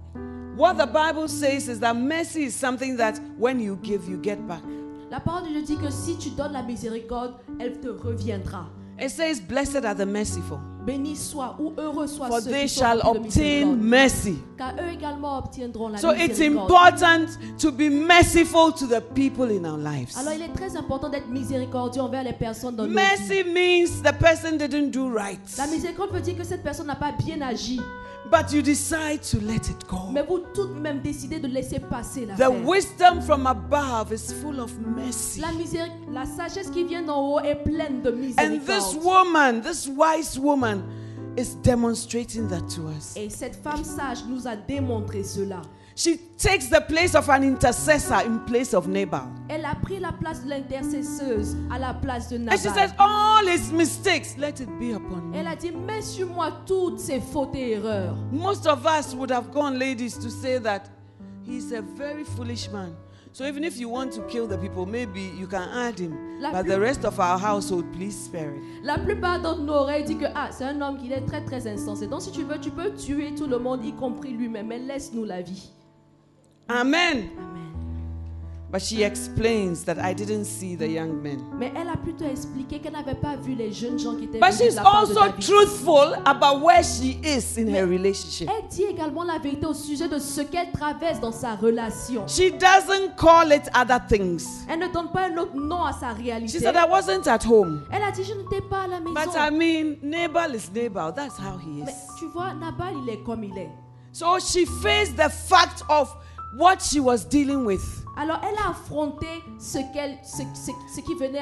What the Bible says is that mercy is something that when you give, you get back.
La parole de Dieu dit que si tu donnes la miséricorde, elle te reviendra.
It says, Blessed are the merciful,
Béni soit ou heureux soit
for
ceux
they
qui sont
shall
remplis de miséricorde,
obtain mercy.
car eux également obtiendront la
So it's
miséricorde.
important to be merciful to the people in our lives.
Alors il est très important d'être miséricordieux envers les personnes dans nos vies.
Mercy means the person didn't do right,
La miséricorde veut dire que cette personne n'a pas bien agi,
but you decide to let it
mais
go.
vous tout de même décidez de laisser passer la
The wisdom from above is full of mercy.
La miséricorde, la sagesse qui vient d'en haut est pleine de
And this
miséricorde.
woman, this wise woman, is demonstrating that to us.
Et cette femme sage nous a démontré cela.
She takes the place of an intercessor in place of Nabal.
Elle a pris la place de l'intercesseuse à la place de
And she
Nabal.
says, All his mistakes, let it be upon me.
Elle a dit, mets sur moi toutes ces fautes et erreurs.
Most of us would have gone, ladies, to say that he's a very foolish man. So even if you want to kill the people, maybe you can add him.
La
But
plus-
the rest of our household, please spare it.
La plupart d'entre nous auraient dit que ah, c'est un homme qui est très très insensé. Donc si tu veux, tu peux tuer tout le monde, y compris lui-même, mais laisse-nous la vie.
Amen.
Amen.
But she explains that I didn't see the young men.
Mais elle a plutôt expliqué qu'elle n'avait pas vu les jeunes gens qui étaient
But
venus de
she's
la part de
also
David.
truthful about where she is in her relationship.
Elle dit également la vérité au sujet de ce qu'elle traverse dans sa relation.
She doesn't call it other things.
Elle ne donne pas un autre nom à sa réalité.
She said, I wasn't at home.
Elle a dit je n'étais pas à la maison.
But I mean, Nabal is Nabal. That's how he
Mais
is.
tu vois, Nabal, il est comme il est.
So she faced the fact of what she was dealing with.
Alors elle a affronté ce, qu'elle, ce, ce- ce qui venait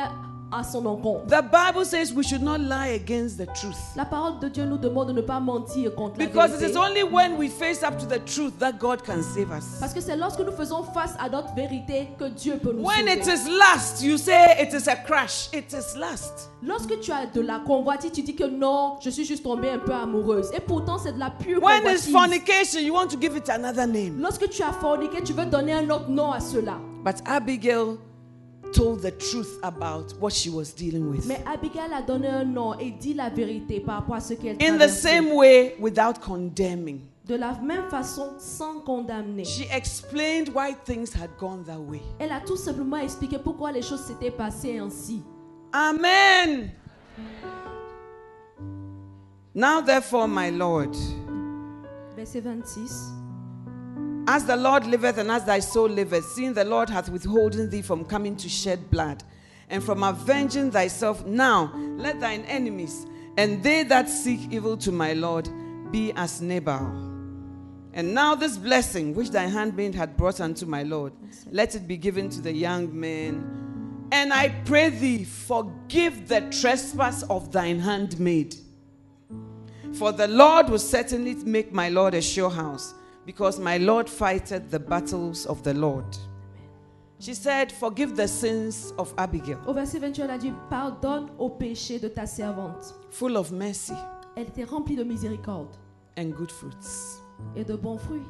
à son encontre.
The Bible says we should not lie against the truth.
La parole de Dieu nous demande de ne pas mentir contre la
Because it
vérité.
is only when we face up to the truth that God can save us.
Parce que c'est lorsque nous faisons face à notre vérité que Dieu peut nous
When it
sauver.
is lust, you say it is a crash. It is lust.
Lorsque tu as de la convoitise, tu dis que non, je suis juste tombée un peu amoureuse. Et pourtant, c'est de la pure
When it's
convoitise.
fornication, you want to give it another name.
Lorsque tu as forniqué, tu veux donner un autre nom à cela.
But Abigail told the truth about what she was dealing with.
Mais Abigail a donné un nom et dit la vérité par rapport à ce qu'elle
In the
traversait.
same way, without condemning,
De la même façon, sans condamner.
she explained why things had gone that way.
Elle a tout simplement expliqué pourquoi les choses s'étaient passées ainsi.
Amen. Now, therefore, my Lord,
Verset 26.
as the Lord liveth and as thy soul liveth, seeing the Lord hath withholden thee from coming to shed blood and from avenging thyself, now let thine enemies and they that seek evil to my Lord be as Nabal. And now this blessing which thy handmaid had brought unto my Lord, let it be given to the young man. And I pray thee, forgive the trespass of thine handmaid. For the Lord will certainly make my Lord a sure house, because my Lord fighteth the battles of the Lord. She said, Forgive the sins of Abigail,
Au verset 28, elle a dit Pardonne au péché de ta servante.
full of mercy
Elle était remplie de miséricorde
and good fruits.
et de bons fruits.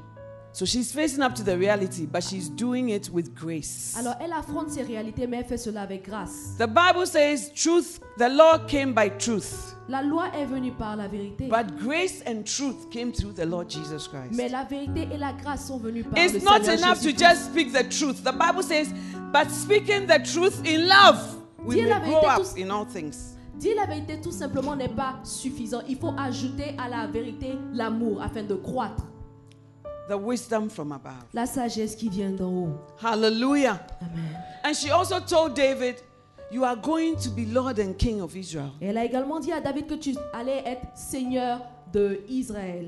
So she's facing up to the reality, but she's doing it with grace.
Alors elle affronte ses réalités, mais elle fait cela avec grâce.
The Bible says, truth, the law came by truth,
La loi est venue par la vérité.
but grace and truth came through the Lord Jesus Christ.
Mais la vérité et la grâce sont venues par le
It's not
Seigneur
enough to
Jésus-Christ.
just speak the truth. The Bible says, but speaking the truth in love, we
Dire la
may grow
vérité
up
tous-
in all things.
Dire la vérité tout simplement n'est pas suffisant. Il faut ajouter à la vérité l'amour afin de croître.
The wisdom from above.
La sagesse qui vient d'en haut.
Hallelujah.
Amen.
And she also told David, You are going to be Lord and King of Israel.
Et elle a également dit à David que tu allais être seigneur de Israël.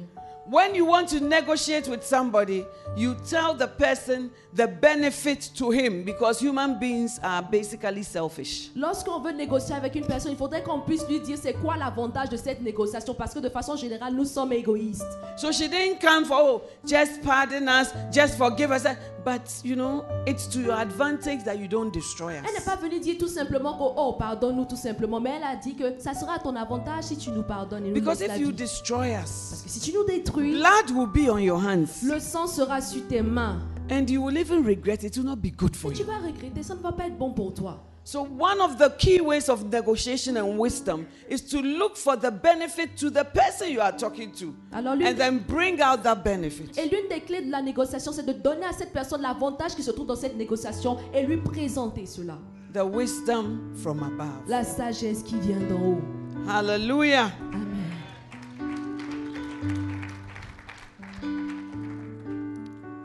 When you want to negotiate with somebody, you tell the person the benefit to him because human beings are basically selfish.
Lorsqu'on veut négocier avec une personne, il faudrait qu'on puisse lui dire c'est quoi l'avantage de cette négociation parce que de façon générale, nous sommes égoïstes.
So she didn't come for, oh, just pardon us, just forgive us. But, you know, it's to your advantage that you don't destroy
Elle n'est
us.
pas venue dire tout simplement que oh pardonne-nous tout simplement, mais elle a dit que ça sera à ton avantage si tu nous pardonnes et nous
Because
laisses la
if you
vie.
destroy
Parce
us,
que si tu nous détruis,
blood will be on your hands.
le sang sera sur tes mains.
And you will even regret it. It will not be good for
Et tu
you.
vas regretter, ça ne va pas être bon pour toi.
So, one of the key ways of negotiation and wisdom is to look for the benefit to the person you are talking to
Alors l'une
and then bring out that benefit.
et l'une des clés de la négociation, c'est de donner à cette personne l'avantage qui se trouve dans cette négociation et lui présenter cela.
The wisdom from above.
La sagesse qui vient d'en haut.
Hallelujah.
Amen.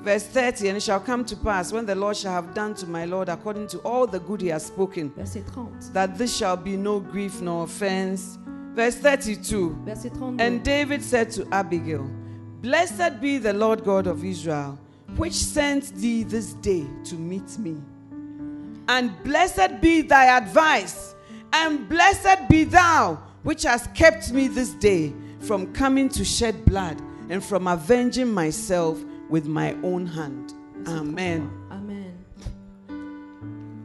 Verse 30 And it shall come to pass when the Lord shall have done to my Lord according to all the good he has spoken,
Verset 30.
that this shall be no grief nor offense. Verse 32
Verset 32.
And David said to Abigail, Blessed be the Lord God of Israel, which sent thee this day to meet me. And blessed be thy advice, and blessed be thou, which hast kept me this day from coming to shed blood and from avenging myself with my own hand. Amen.
Amen.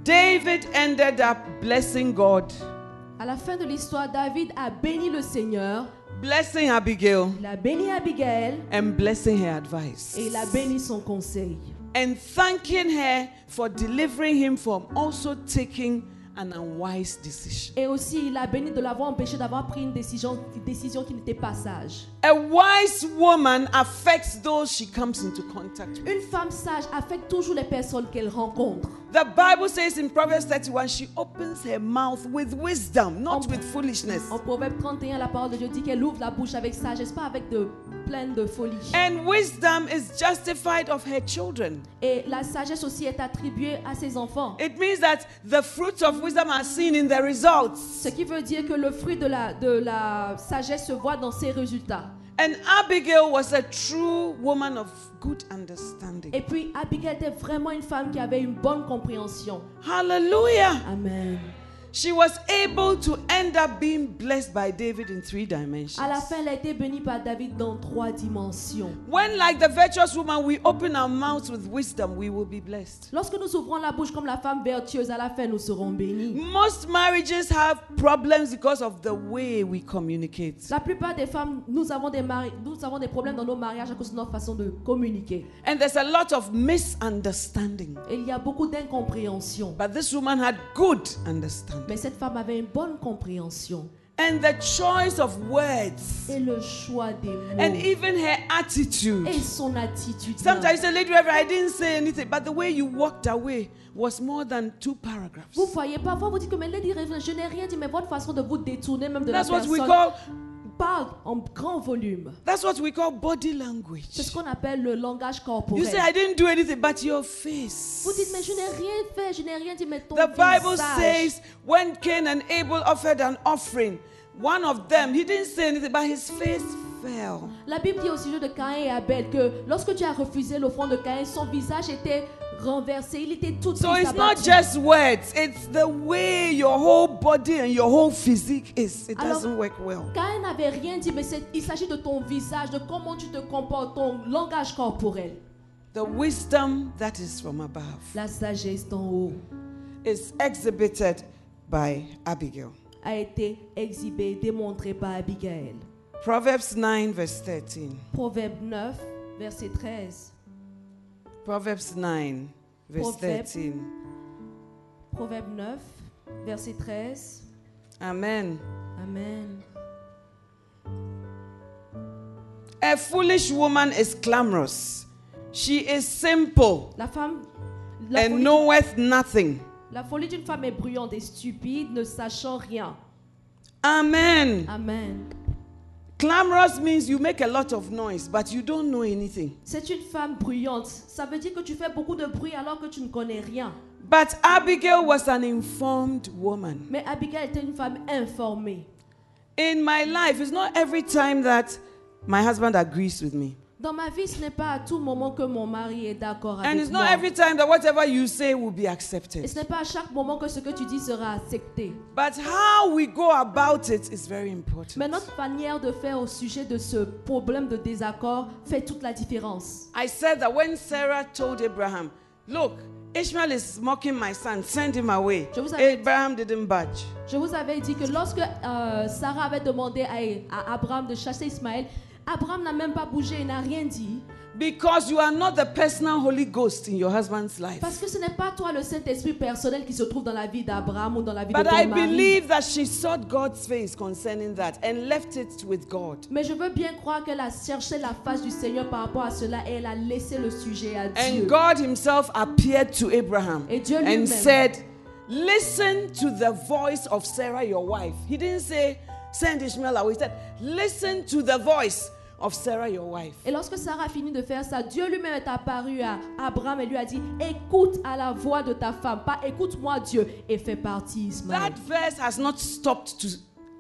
David ended up blessing God,
À la fin de l'histoire, David a béni le Seigneur,
blessing Abigail,
il a béni Abigail
and blessing her
et
advice.
il a béni son conseil.
And thanking her for delivering him from also taking an unwise decision.
Et aussi, il a béni de l'avoir empêché d'avoir pris une décision, une décision qui n'était pas sage.
A wise woman affects those she comes into contact with.
Une femme sage affecte toujours les personnes qu'elle rencontre.
The Bible says in Proverbs 31 she opens her mouth with wisdom, not with foolishness.
En Proverbe 31, la parole de Dieu dit qu'elle ouvre la bouche avec sagesse, pas avec de pleine de folie.
And wisdom is justified of her children.
Et la sagesse aussi est attribuée à ses enfants.
It means that the fruits of wisdom are seen in the results.
Ce qui veut dire que le fruit de la, de la sagesse se voit dans ses résultats.
And Abigail was a true woman of good understanding.
Et puis Abigail était vraiment une femme qui avait une bonne compréhension.
Hallelujah.
Amen.
She was able to end up being blessed by David in three dimensions.
À la fin, elle a été bénie par David dans trois dimensions.
When, like the virtuous woman, we open our mouths with wisdom, we will be blessed.
Lorsque nous ouvrons la bouche comme la femme vertueuse, à la fin, nous serons bénis.
Most marriages have problems because of the way we communicate.
La plupart des femmes, nous avons des, mari- nous avons des problèmes dans nos mariages à cause de notre façon de communiquer.
And there's a lot of misunderstanding.
Et il y a beaucoup d'incompréhension.
But this woman had good understanding.
Mais cette femme avait une bonne compréhension.
And the choice of words.
Et le choix des mots.
And even her attitude.
et son attitude.
Sometimes you say, Lady Reverend, I didn't say anything, but the way you walked away was more than two paragraphs.
Vous voyez, parfois vous dites que mais Lady Reverend, je n'ai rien dit, mais votre façon de vous détourner même de
That's
la
what we
personne
call
parle en grand volume.
that's what we call body
C'est ce
language.
qu'on appelle le langage
You
corporel.
say I didn't do anything, but your
Vous dites mais
face.
je n'ai rien fait, je n'ai rien dit, mais ton
The Bible
visage.
says when Cain and Abel offered an offering, one of them he didn't say anything, but his face fell.
La Bible dit au sujet de Caïn et Abel que lorsque tu as refusé l'offrande de Caïn, son visage était renversé, il était tout
So
triste,
it's not
abattu.
just words; it's the way your whole body and your whole physique is. It
Alors-
doesn't work well.
Caïn n'avait rien dit, mais c'est- il s'agit de ton visage, de comment tu te comportes, ton langage corporel.
The wisdom that is from above.
La sagesse d'en haut
is exhibited by Abigail.
a été exhibée, démontrée par Abigail.
Proverbs 9, verse 13.
Proverbe 9, verset 13.
Proverbs 9, verse
Proverb.
13.
Proverbe 9, verset 13.
Amen.
Amen.
A foolish woman is clamorous. She is simple
La femme, la
and
folie,
knoweth nothing.
la folie d'une femme est bruyante et stupide, ne sachant rien.
Amen.
Amen.
Clamorous means you make a lot of noise, but you don't know anything.
C'est une femme bruyante. Ça veut dire que tu fais beaucoup de bruit alors que tu ne connais rien.
But Abigail was an informed woman.
Mais Abigail était une femme informée.
In my life, it's not every time that my husband agrees with me.
Dans ma vie, ce n'est pas à tout moment que mon mari est d'accord
And
avec
it's not
moi.
every time that whatever you say will be
Et
accepted.
ce n'est pas à chaque moment que ce que tu dis sera accepté.
But how we go about it is very important.
Mais notre manière de faire au sujet de ce problème de désaccord fait toute la différence.
I said that when Sarah told Abraham, Look, Ishmael is mocking my son, send him away.
Je vous avais-
Abraham didn't budge.
Je vous avais dit que lorsque euh, Sarah avait demandé à, à Abraham de chasser Ismaël, Abraham n'a même pas bougé, il n'a rien dit.
Because you are not the personal Holy Ghost in your husband's life.
Parce que ce n'est pas toi le Saint-Esprit personnel qui se trouve dans la vie d'Abraham ou dans la vie
But
de ton
I
mari.
believe that she sought God's face concerning that and left it with God.
Mais je veux bien croire qu'elle a cherché la face du Seigneur par rapport à cela et elle a laissé le sujet à Dieu.
And God Himself appeared to Abraham
Et Dieu lui-même.
and said, Listen to the voice of Sarah, your wife. He didn't say, Send Ishmael away. He said, Listen to the voice of Sarah, your wife.
Et lorsque Sarah a fini de faire ça, Dieu lui-même est apparu à Abraham et lui a dit Écoute à la voix de ta femme, pas écoute-moi Dieu et fais partie Ismaël.
That verse has not stopped to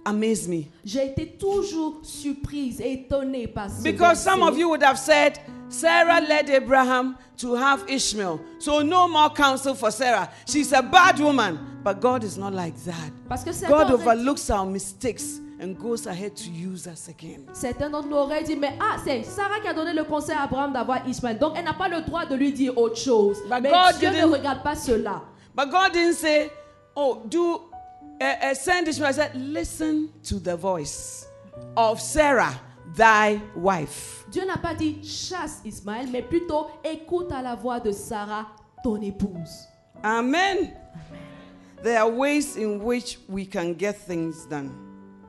amaze me.
J'ai été toujours surprise et étonnée par ce
Because some
verset.
of you would have said, Sarah led Abraham to have Ishmael. So no more counsel for Sarah. She's a bad woman. But God is not like that.
Parce que certains
God
auraient dit-
overlooks our mistakes and goes ahead to use us again.
Certains d'entre nous auraient dit, mais ah, c'est Sarah qui a donné le conseil à Abraham d'avoir Ishmael. Donc, elle n'a pas le droit de lui dire autre chose.
But
mais
God
Dieu ne
didn't-
regarde pas cela.
But God didn't say, Oh, do uh, uh, send Ishmael. I said, Listen to the voice of Sarah, thy wife.
Dieu n'a pas dit chasse Ismaël, mais plutôt écoute à la voix de Sarah, ton épouse.
Amen. There are ways in which we can get things done.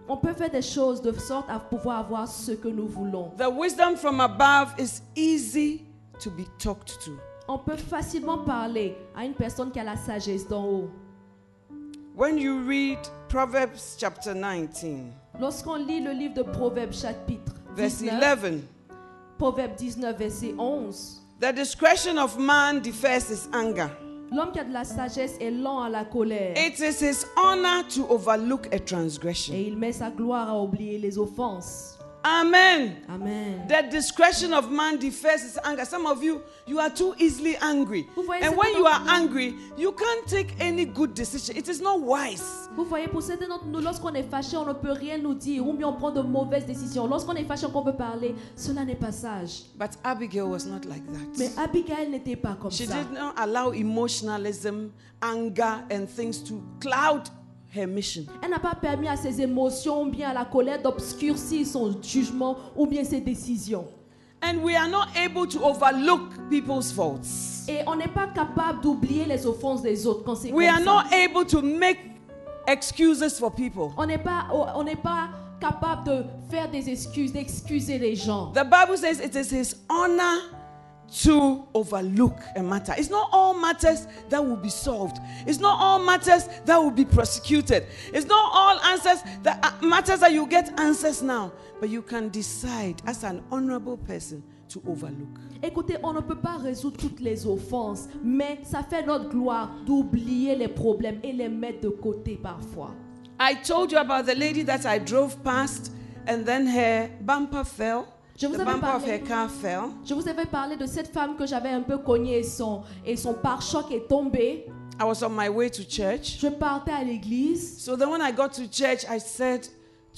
On peut faire des choses de sorte à pouvoir avoir ce que nous voulons.
The wisdom from above is easy to be talked to.
On peut facilement parler à une personne qui a la sagesse d'en haut.
When you read Proverbs chapter 19,
Lorsqu'on lit le livre de Proverbes chapitre
verse
19,
11,
Proverbes 19 verset 11,
the discretion of man defers his anger.
l'homme qui a de la sagesse est lent à la colère
It is his honor to overlook a transgression.
et il met sa gloire à oublier les offenses.
Amen.
Amen.
The discretion of man defers his anger. Some of you, you are too easily angry.
Vous voyez,
And
c'est
when
tout
you
un-
are angry, you can't take any good decision. It is not wise.
Vous voyez, pour certains d'entre nous, lorsqu'on est fâché, on ne peut rien nous dire, ou bien on prend de mauvaises décisions. Lorsqu'on est fâché, qu'on veut parler, cela n'est pas sage.
But Abigail was not like
Mais
that.
Abigail n'était pas comme
She
ça.
did not allow emotionalism, anger, and things to cloud her mission.
Elle n'a pas permis à ses émotions, ou bien à la colère, d'obscurcir son jugement, ou bien ses décisions.
And we are not able to overlook people's faults.
Et on n'est pas capable d'oublier les offenses des autres quand c'est
We
comme ça.
are not able to make excuses for people.
On n'est pas, oh, on n'est pas capable de faire des excuses, d'excuser les gens.
The Bible says it is his honor to overlook a matter. It's not all matters that will be solved. It's not all matters that will be prosecuted. It's not all answers that uh, matters that you get answers now, but you can decide as an honorable person to overlook.
Écoutez, on ne peut pas résoudre toutes les offenses, mais ça fait notre gloire d'oublier les problèmes et les mettre de côté parfois.
I told you about the lady that I drove past and then her bumper fell.
Je vous
the
avais
bumper of her
parlé.
car fell.
Je vous avais parlé de cette femme que j'avais un peu cognée et son, et son pare-choc est tombé.
I was on my way to church.
Je partais à l'église.
So then when I got to church, I said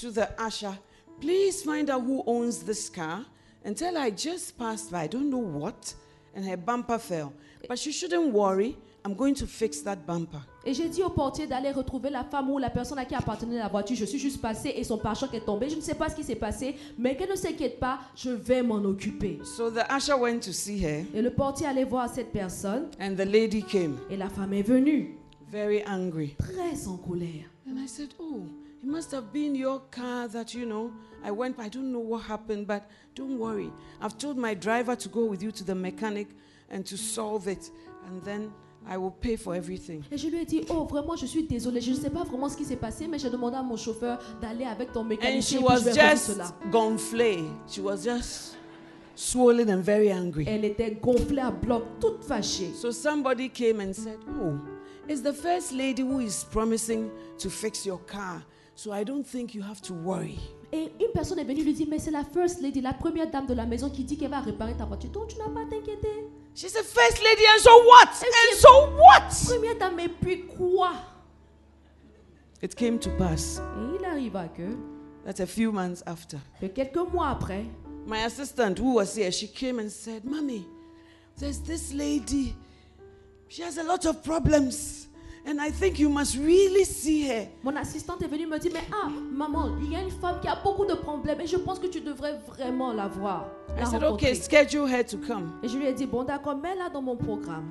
to the usher, please find out who owns this car and tell her I just passed by, I don't know what, and her bumper fell. But she shouldn't worry, I'm going to fix that bumper.
Et j'ai dit au portier d'aller retrouver la femme ou la personne à qui appartenait la voiture. Je suis juste passée et son pare-choc est tombé. Je ne sais pas ce qui s'est passé, mais qu'elle ne s'inquiète pas, je vais m'en occuper.
So the usher went to see her,
Et le portier allait voir cette personne
and the lady came
et la femme est venue,
very angry.
très en colère.
And I said, Oh, it must have been your car that, you know, I went, by. I don't know what happened, but don't worry. I've told my driver to go with you to the mechanic and to solve it, and then I will pay for everything.
Et je lui ai dit, oh vraiment, je suis désolée, je ne sais pas vraiment ce qui s'est passé, mais j'ai demandé à mon chauffeur d'aller avec ton
And she
mécanicien. puis je
was
vais résoudre
just
cela.
gonflé. She was just swollen and very angry.
Elle était gonflée à bloc, toute fâchée.
So somebody came and said, Oh, it's the first lady who is promising to fix your car. So I don't think you have to worry.
Et une personne est venue lui dire, mais c'est la first lady, la première dame de la maison qui dit qu'elle va réparer ta voiture. Donc tu n'as pas à t'inquiéter.
She said, First lady, and so what?
she-
And so what?
Première dame, mais puis quoi
It came to pass
Et il arriva que,
that a few months after,
que quelques mois après,
my assistant who was here, she came and said, Mommy, there's this lady. She has a lot of problems. And I think you must really see her.
mon assistante est venue me dire, mais ah, maman, il y a une femme qui a beaucoup de problèmes et je pense que tu devrais vraiment la voir.
I
la
said,
rencontrer.
okay, schedule her to come.
Et je lui ai dit, bon d'accord, mets-la dans mon programme.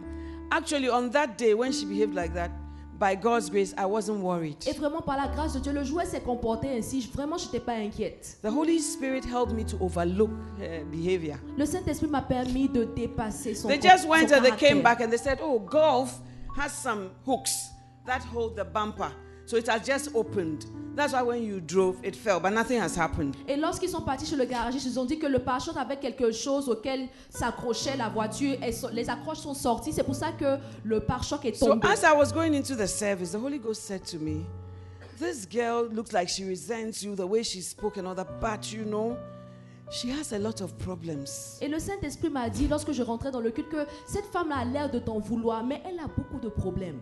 Actually, on that day when she behaved like that, by God's grace, I wasn't worried.
Et vraiment, par la grâce de Dieu, le jouet s'est comporté ainsi. Je- Vraiment, je n'étais pas inquiète.
The Holy Spirit helped me to overlook her behavior.
Le Saint-Esprit m'a permis de dépasser son
They
com-
just
son
went and they came
caractère.
back and they said, oh, golf has some hooks that hold the bumper. So it has just opened. That's why when you drove, it fell, but nothing has happened.
Et lorsqu'ils sont partis chez le garagiste, ils ont dit que le pare-choc avait quelque chose auquel s'accrochait la voiture. Et so- les accroches sont sorties. C'est pour ça que le pare-choc est
So
tombé.
as I was going into the service, the Holy Ghost said to me, This girl looks like she resents you, the way she spoke and all that, but you know, she has a lot of problems.
et le Saint-Esprit m'a dit, lorsque je rentrais dans le culte, que cette femme a l'air de t'en vouloir, mais elle a beaucoup de problèmes.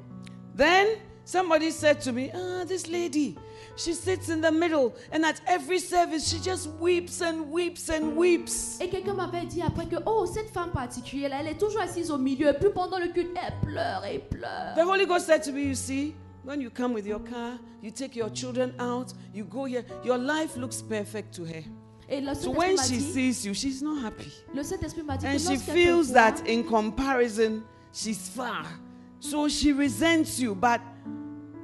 Then Somebody said to me, Ah, this lady, she sits in the middle, and at every service, she just weeps and weeps and weeps.
Et quelqu'un m'avait dit après que, oh, cette femme particulière, là, elle est toujours assise au milieu, et puis pendant le culte, elle pleure et pleure.
The Holy Ghost said to me, You see, when you come with your car, you take your children out, you go here, your life looks perfect to her.
Et le
So
Saint-Esprit
when
m'a
she
dit,
sees you, she's not happy.
le Saint-Esprit m'a dit
And
que
she
lorsqu'elle
feels
te
that
voit,
in comparison, she's far. So she resents you, but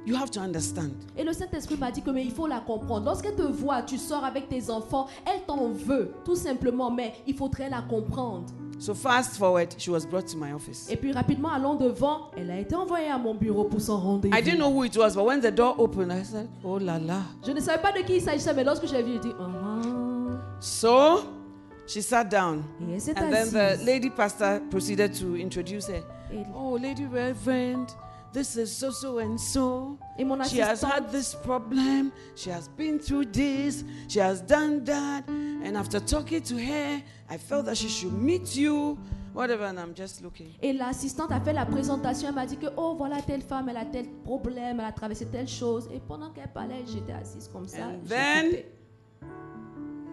you have to understand.
et le Saint-Esprit m'a dit que mais il faut la comprendre. Lorsqu'elle te voit, tu sors avec tes enfants, elle t'en veut, tout simplement, mais il faudrait la comprendre.
So fast forward, she was brought to my office.
Et puis rapidement, allons devant, elle a été envoyée à mon bureau pour son rendez-vous.
I didn't know who it was, but when the door opened, I said, Oh la la.
Je ne savais pas de qui il s'agissait, mais lorsque je l'ai vue, j'ai dit, ah,
So she sat down.
ah. et elle s'est
And then the
assise.
lady pastor proceeded to introduce her.
Et-
Oh, Lady Reverend, this is so so and so.
Et mon
She has had
assistante,
this problem. She has been through this. She has done that. And after talking to her, I felt that she should meet you. Whatever, and I'm just looking.
et l'assistante a fait la présentation, elle m'a dit que, oh, voilà telle femme, elle a tel problème, elle a traversé telle chose. Et pendant qu'elle parlait, j'étais assise comme ça.
And then-
j'écoutais.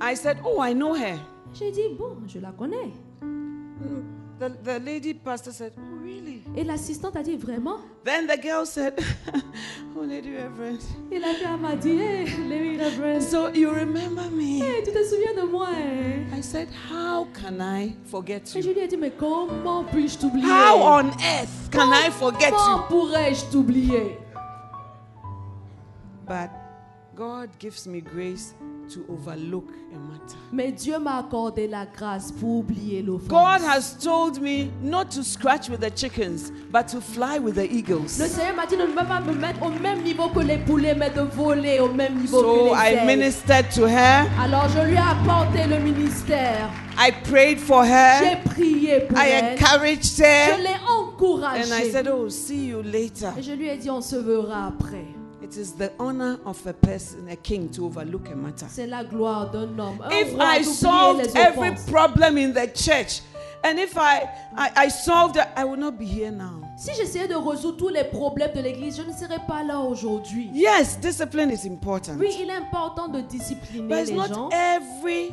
I said, Oh, I know her. Mm,
J'ai dit, bon, je la connais.
The, the lady pastor said, Oh, really?
Et l'assistante a dit, vraiment
Then the girl said, Oh, Lady Reverend.
Et la femme m'a dit, hé, Larry Reverend,
So you remember me?
hey, tu te souviens de moi hein?
I said, How can I forget
Et je
you?
lui ai dit, mais comment puis-je t'oublier
How on earth can I forget you?
Comment pourrais-je t'oublier
But God gives me grace to overlook a matter.
Mais Dieu m'a accordé la grâce pour oublier
God
l'offense.
has told me not to scratch with the chickens, but to fly with the
Le
eagles.
Seigneur m'a dit de ne pas me mettre au même niveau que les poulets, mais de voler au même niveau
So
que les
I
ailes.
ministered to her.
Alors je lui ai apporté le ministère.
I prayed for
J'ai
her.
prié pour
I
elle.
encouraged
Je
her.
l'ai
And I
encouragée.
said, Oh, see you later.
Et je lui ai dit, on se verra après.
It is the honor of a person, a king, to overlook a matter.
C'est la gloire d'un homme. Un
If
roi
I
d'oublier
solved
les
every
offenses.
problem in the church, and if I, I, I solved it, I would not be here now.
Si j'essayais de résoudre tous les problèmes de l'Église, je ne serais pas là aujourd'hui.
Yes, discipline is important.
Oui, il est important de
But
discipliner
it's
les
not
gens.
every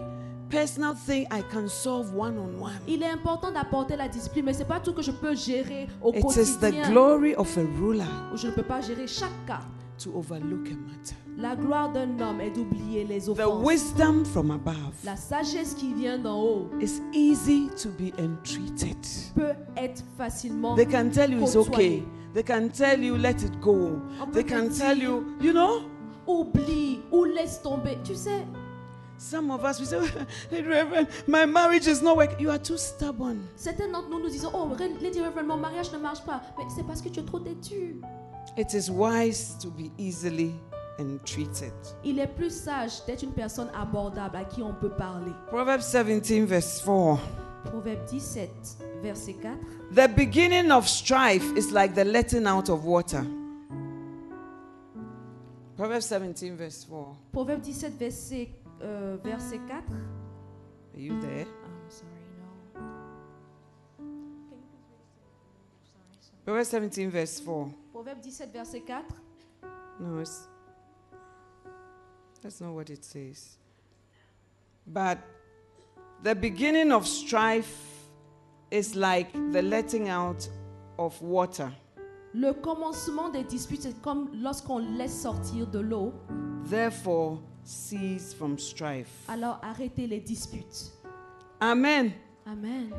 personal thing I can solve one on one.
Il est important d'apporter la discipline, mais c'est pas tout que je peux gérer au
It is the
quotidien.
glory of a ruler
Je ne peux pas gérer chaque cas.
to overlook a matter.
La gloire d'un homme est d'oublier les
The
offenses.
wisdom from above
La sagesse qui vient d'en haut
is easy to be entreated.
peut être facilement.
They can tell you it's okay.
Côtoyer.
They can tell you let it go.
On peut
They
te
can
dire-
tell you, you know.
Oublie ou laisse tomber. Tu sais,
Some of us we say, hey, Reverend, my marriage is not working. You are too stubborn.
certains d'entre nous nous disons Oh, Re- Lady Reverend, mon mariage ne marche pas. Mais c'est parce que tu es trop têtu.
It is wise to be easily entreated.
Il est plus sage d'être une personne abordable à qui on peut parler.
Proverbs 17, verse 4.
Proverbe 17, verset 4.
The beginning of strife is like the letting out of water. Proverbs 17, verse 4.
Proverbe 17, verset, euh, verset 4.
Are you there?
I'm sorry, no.
Proverbs 17, verse 4.
Proverbe 17, verset 4.
No, it's, that's not what it says. But the beginning of strife is like the letting out of water.
Le commencement des disputes, c'est comme lorsqu'on laisse sortir de l'eau.
Therefore, cease from strife.
Alors arrêtez les disputes.
Amen.
Amen.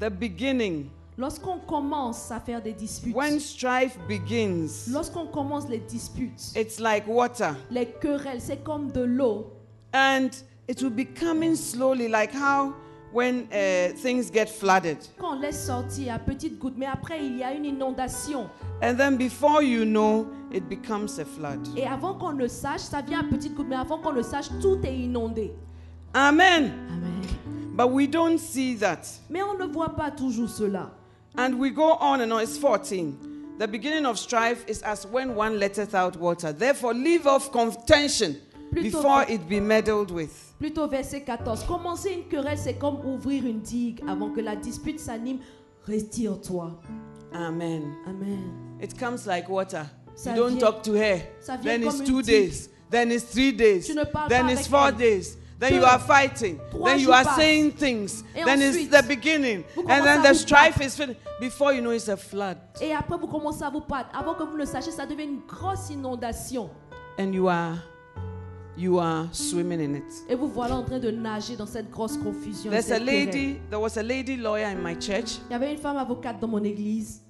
The beginning.
Lorsqu'on commence à faire des disputes,
When strife begins,
lorsqu'on commence les disputes,
it's like water.
les querelles, c'est comme de l'eau.
And it will be coming slowly, like how when uh, things get flooded.
Qu'on laisse sortir à petites gouttes, mais après il y a une inondation.
And then before you know, it becomes a flood.
Et avant qu'on le sache, ça vient à petites gouttes, mais avant qu'on le sache, tout est inondé.
Amen.
Amen.
But we don't see that.
Mais on ne voit pas toujours cela.
And we go on and on. It's 14. The beginning of strife is as when one letteth out water. Therefore, leave off contention before it be meddled with.
Plutôt verset 14. Commencer une querelle, c'est comme ouvrir une digue avant que la dispute s'anime. Retire-toi.
Amen.
Amen.
It comes like water.
Ça
You don't
vient-
talk to her.
Ça vient
Then it's
comme
two
une
days. Then it's three days.
Tu ne parles
Then
pas
it's
avec
four
elle.
days. Then
Deux.
you are fighting.
Trois
Then you
jours
are
passent.
saying things.
Et
Then it's
ensuite,
the beginning.
vous
And then
commencez à
the
vous
strife is finished. Before you know, it's a flood.
Et après, vous commencez à vous battre. Avant que vous le sachiez, ça devient une grosse inondation.
And you are you are swimming in it.
Et vous voilà en train de nager dans cette grosse confusion.
There's a
cette querelle.
lady, there was a lady lawyer in my church,
Il y avait une femme avocate dans mon église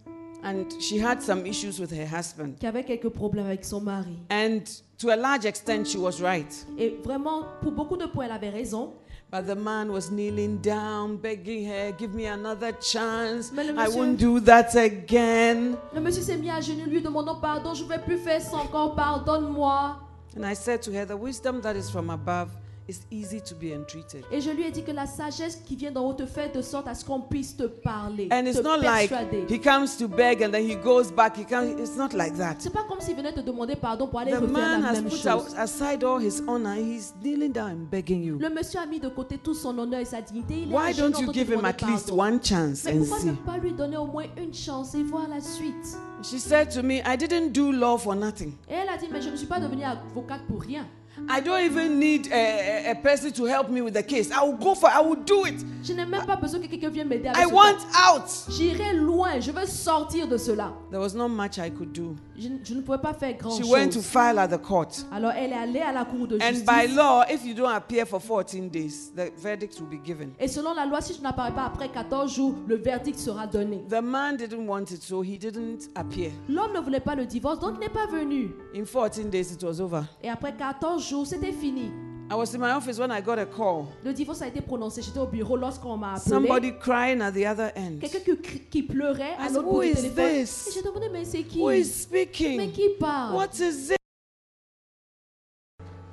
and she had some issues with her husband.
qui avait quelques problèmes avec son mari.
And to a large extent, she was right.
Et vraiment, pour beaucoup de points, elle avait raison.
But the man was kneeling down, begging her, give me another chance.
Mais le
I
monsieur-
won't do that again.
Le monsieur s'est mis à genoux, lui demandant pardon, je ne vais plus faire ça encore, pardonne-moi.
And I said to her, The wisdom that is from above is easy to be entreated.
Et je lui ai dit que la sagesse qui vient d'en haut te fait de sorte à ce qu'on puisse te parler,
And it's
te
not
persuader.
like he comes to beg and then he goes back. He comes, it's not like that.
C'est pas comme s'il venait te demander pardon pour aller
The
refaire
man
la
has
même
put
chose.
out aside all his honor. He's kneeling down and begging you.
Le monsieur a mis de côté tout son honneur et sa dignité. Il est à
Why
genoux
don't you
en train de
give
te
him
demander
at least
pardon.
one chance
Mais
and
pourquoi ne
see?
pas lui donner au moins une chance et voir la suite
She said to me, I didn't do law for nothing.
Et elle a dit, mais je ne suis pas devenue avocate pour rien.
I don't even need a, a- a person to help me with the case. I will go for I will do it.
Je n'ai même pas besoin que quelqu'un vienne m'aider avec
I
ce
want
cas.
out.
J'irai loin, je veux sortir de cela.
There was not much I could do.
Je, je ne pouvais pas faire grand
She
chose.
went to file at the court.
Alors elle est allée à la cour de
And
justice.
by law, if you don't appear for 14 days, the verdict will be given.
Et selon la loi, si tu n'apparais pas après 14 jours, le verdict sera donné.
The man didn't want it, so he didn't appear.
L'homme ne voulait pas le divorce, donc il n'est pas venu.
In 14 days, it was over.
Et après 14 jours, c'était fini.
I was in my office when I got a call.
Le divorce a été prononcé. J'étais au bureau lorsqu'on m'a appelé.
Somebody crying at the other end.
Quelqu'un qui, cri- qui pleurait
I
à
said,
l'autre
"Who
bout du
is
téléphone.
this?
Et j'ai demandé, mais c'est qui
Who is
Mais
speaking?
qui parle
What is it?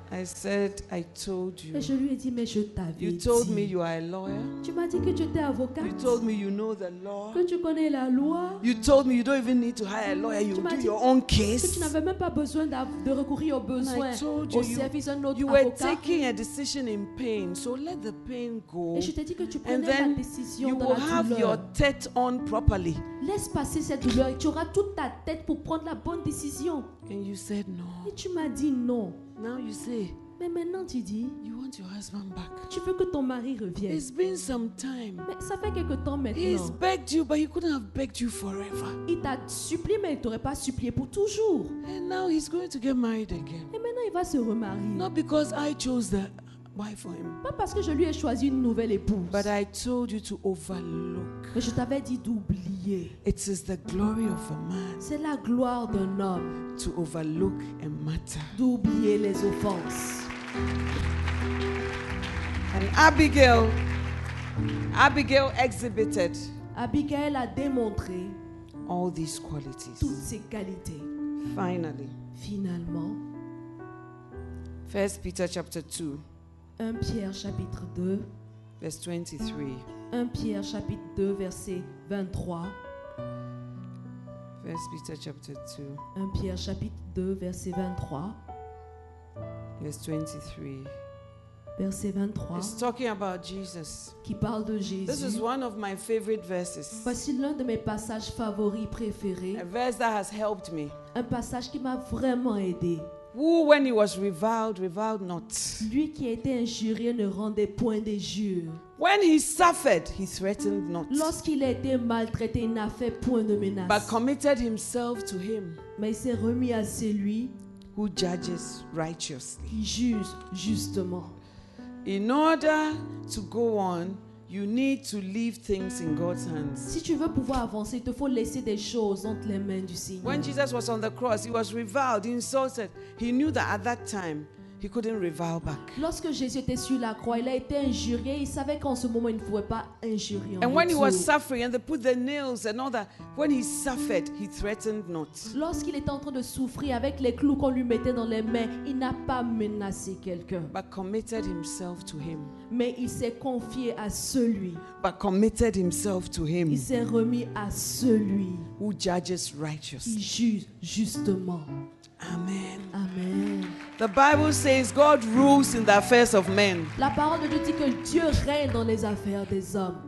I said, I told
Et
you.
je lui ai dit, mais je t'avais
You
dit.
told me you are a lawyer.
Tu m'as dit que tu étais avocate,
You told me you know the law.
que tu connais la loi,
You told me you don't even need to hire a lawyer. You
Tu m'as
do
dit
your own
que tu
case.
n'avais même pas besoin d'av- de recourir aux besoins,
I told you,
au
you-
service d'un autre
You were
avocat.
taking a decision in pain, so let the pain go.
Et je t'ai dit que tu
And
prenais la
then
décision
you
dans
will
la
have your
douleur.
tête on properly.
Laisse passer cette douleur et tu auras toute ta tête pour prendre la bonne décision.
And you said no.
Et tu m'as dit non.
Now you say
Mais maintenant tu dis,
you want your husband back.
tu veux que ton mari revienne.
It's been some time.
Mais ça fait quelque temps
He's
maintenant.
begged you, but he couldn't have begged you forever.
Il t'a supplié, mais il t'aurait pas supplié pour toujours.
And now he's going to get married again.
Et maintenant, il va se remarier.
Not because I chose the wife for him,
Pas parce que je lui ai choisi une nouvelle épouse.
but I told you to overlook.
Mais je t'avais dit d'oublier.
It is the glory of a man
C'est la gloire d'un homme
to overlook a matter.
d'oublier les offenses.
And Abigail, Abigail exhibited
Abigail a démontré
all these
toutes
qualities.
ses qualités.
Finally,
Finalement,
First Peter chapter 2,
1 Pierre chapitre 2,
verse 23.
1 Pierre chapitre 2 verset 23,
First Peter chapter 2,
1 Pierre chapitre 2 verset 23,
verse 23.
verset 23
It's talking about Jesus.
qui parle de
This is
Jésus.
one of my favorite verses.
Voici l'un de mes passages favoris
A
préférés,
verse that has helped me.
un passage qui m'a vraiment aidé.
Who, when he was reviled, reviled not.
Lui qui a été injurié ne rendait point des jures.
When he suffered, he threatened not,
Lorsqu'il a été maltraité, il n'a fait point de
but
menace.
committed himself to him
Mais il s'est remis à celui
who judges righteously.
qui juge justement.
In order to go on, you need to leave things in God's hands.
Si tu veux pouvoir avancer, il te faut laisser des choses entre les mains du Seigneur.
When Jesus was on the cross, he was reviled, insulted. He knew that at that time, he couldn't revile back.
Lorsque Jésus était sur la croix, il a été injurié. Il savait qu'en ce moment, il ne pouvait pas injurier. en
And when he was
retour.
suffering, and they put the nails and all that, when he suffered, he threatened not.
Lorsqu'il était en train de souffrir avec les clous qu'on lui mettait dans les mains, il n'a pas menacé quelqu'un.
but committed himself to him
Mais il s'est confié à celui.
but committed himself to him
Il s'est remis à celui
who judges
qui
righteous
juge justement.
amen
Amen.
the bible says god rules in the affairs of men
La parole de Dieu dit que Dieu règne dans les affaires des hommes.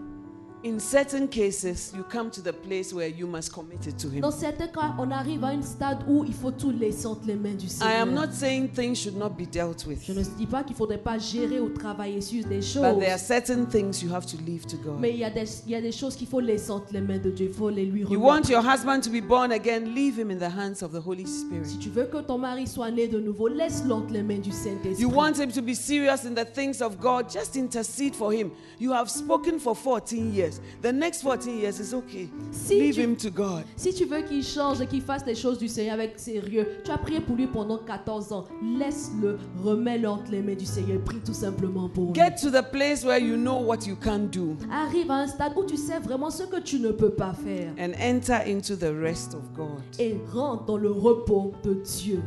In certain cases, you come to the place where you must commit it to Him.
Dans certains cas, on arrive à un stade où il faut tout laisser entre les mains du
I
Seigneur.
am not saying things should not be dealt
Je ne
with,
dis pas qu'il ne faudrait pas gérer ou travailler sur des choses.
but there are certain things you have to leave to God.
Mais il y, a des, il y a des choses qu'il faut laisser entre les mains de Dieu. Il faut les lui
You
remettre.
want your husband to be born again, leave him in the hands of the Holy Spirit.
Si tu veux que ton mari soit né de nouveau, laisse-le entre les mains du Saint-Esprit.
You want him to be serious in the things of God, just intercede for him. You have spoken for 14 years. The next 14 years is okay.
Si
Leave
tu-
him to God.
Si tu veux qu'il change et qu'il fasse les choses du Seigneur avec sérieux, tu as prié pour lui pendant 14 ans. Laisse-le, remets-le entre les mains du Seigneur. Prie tout simplement pour lui.
Get to the place where you know what you can do
Arrive à un stade où tu sais vraiment ce que tu ne peux pas faire.
and enter into the rest of God.
Et rentre dans le repos de Dieu.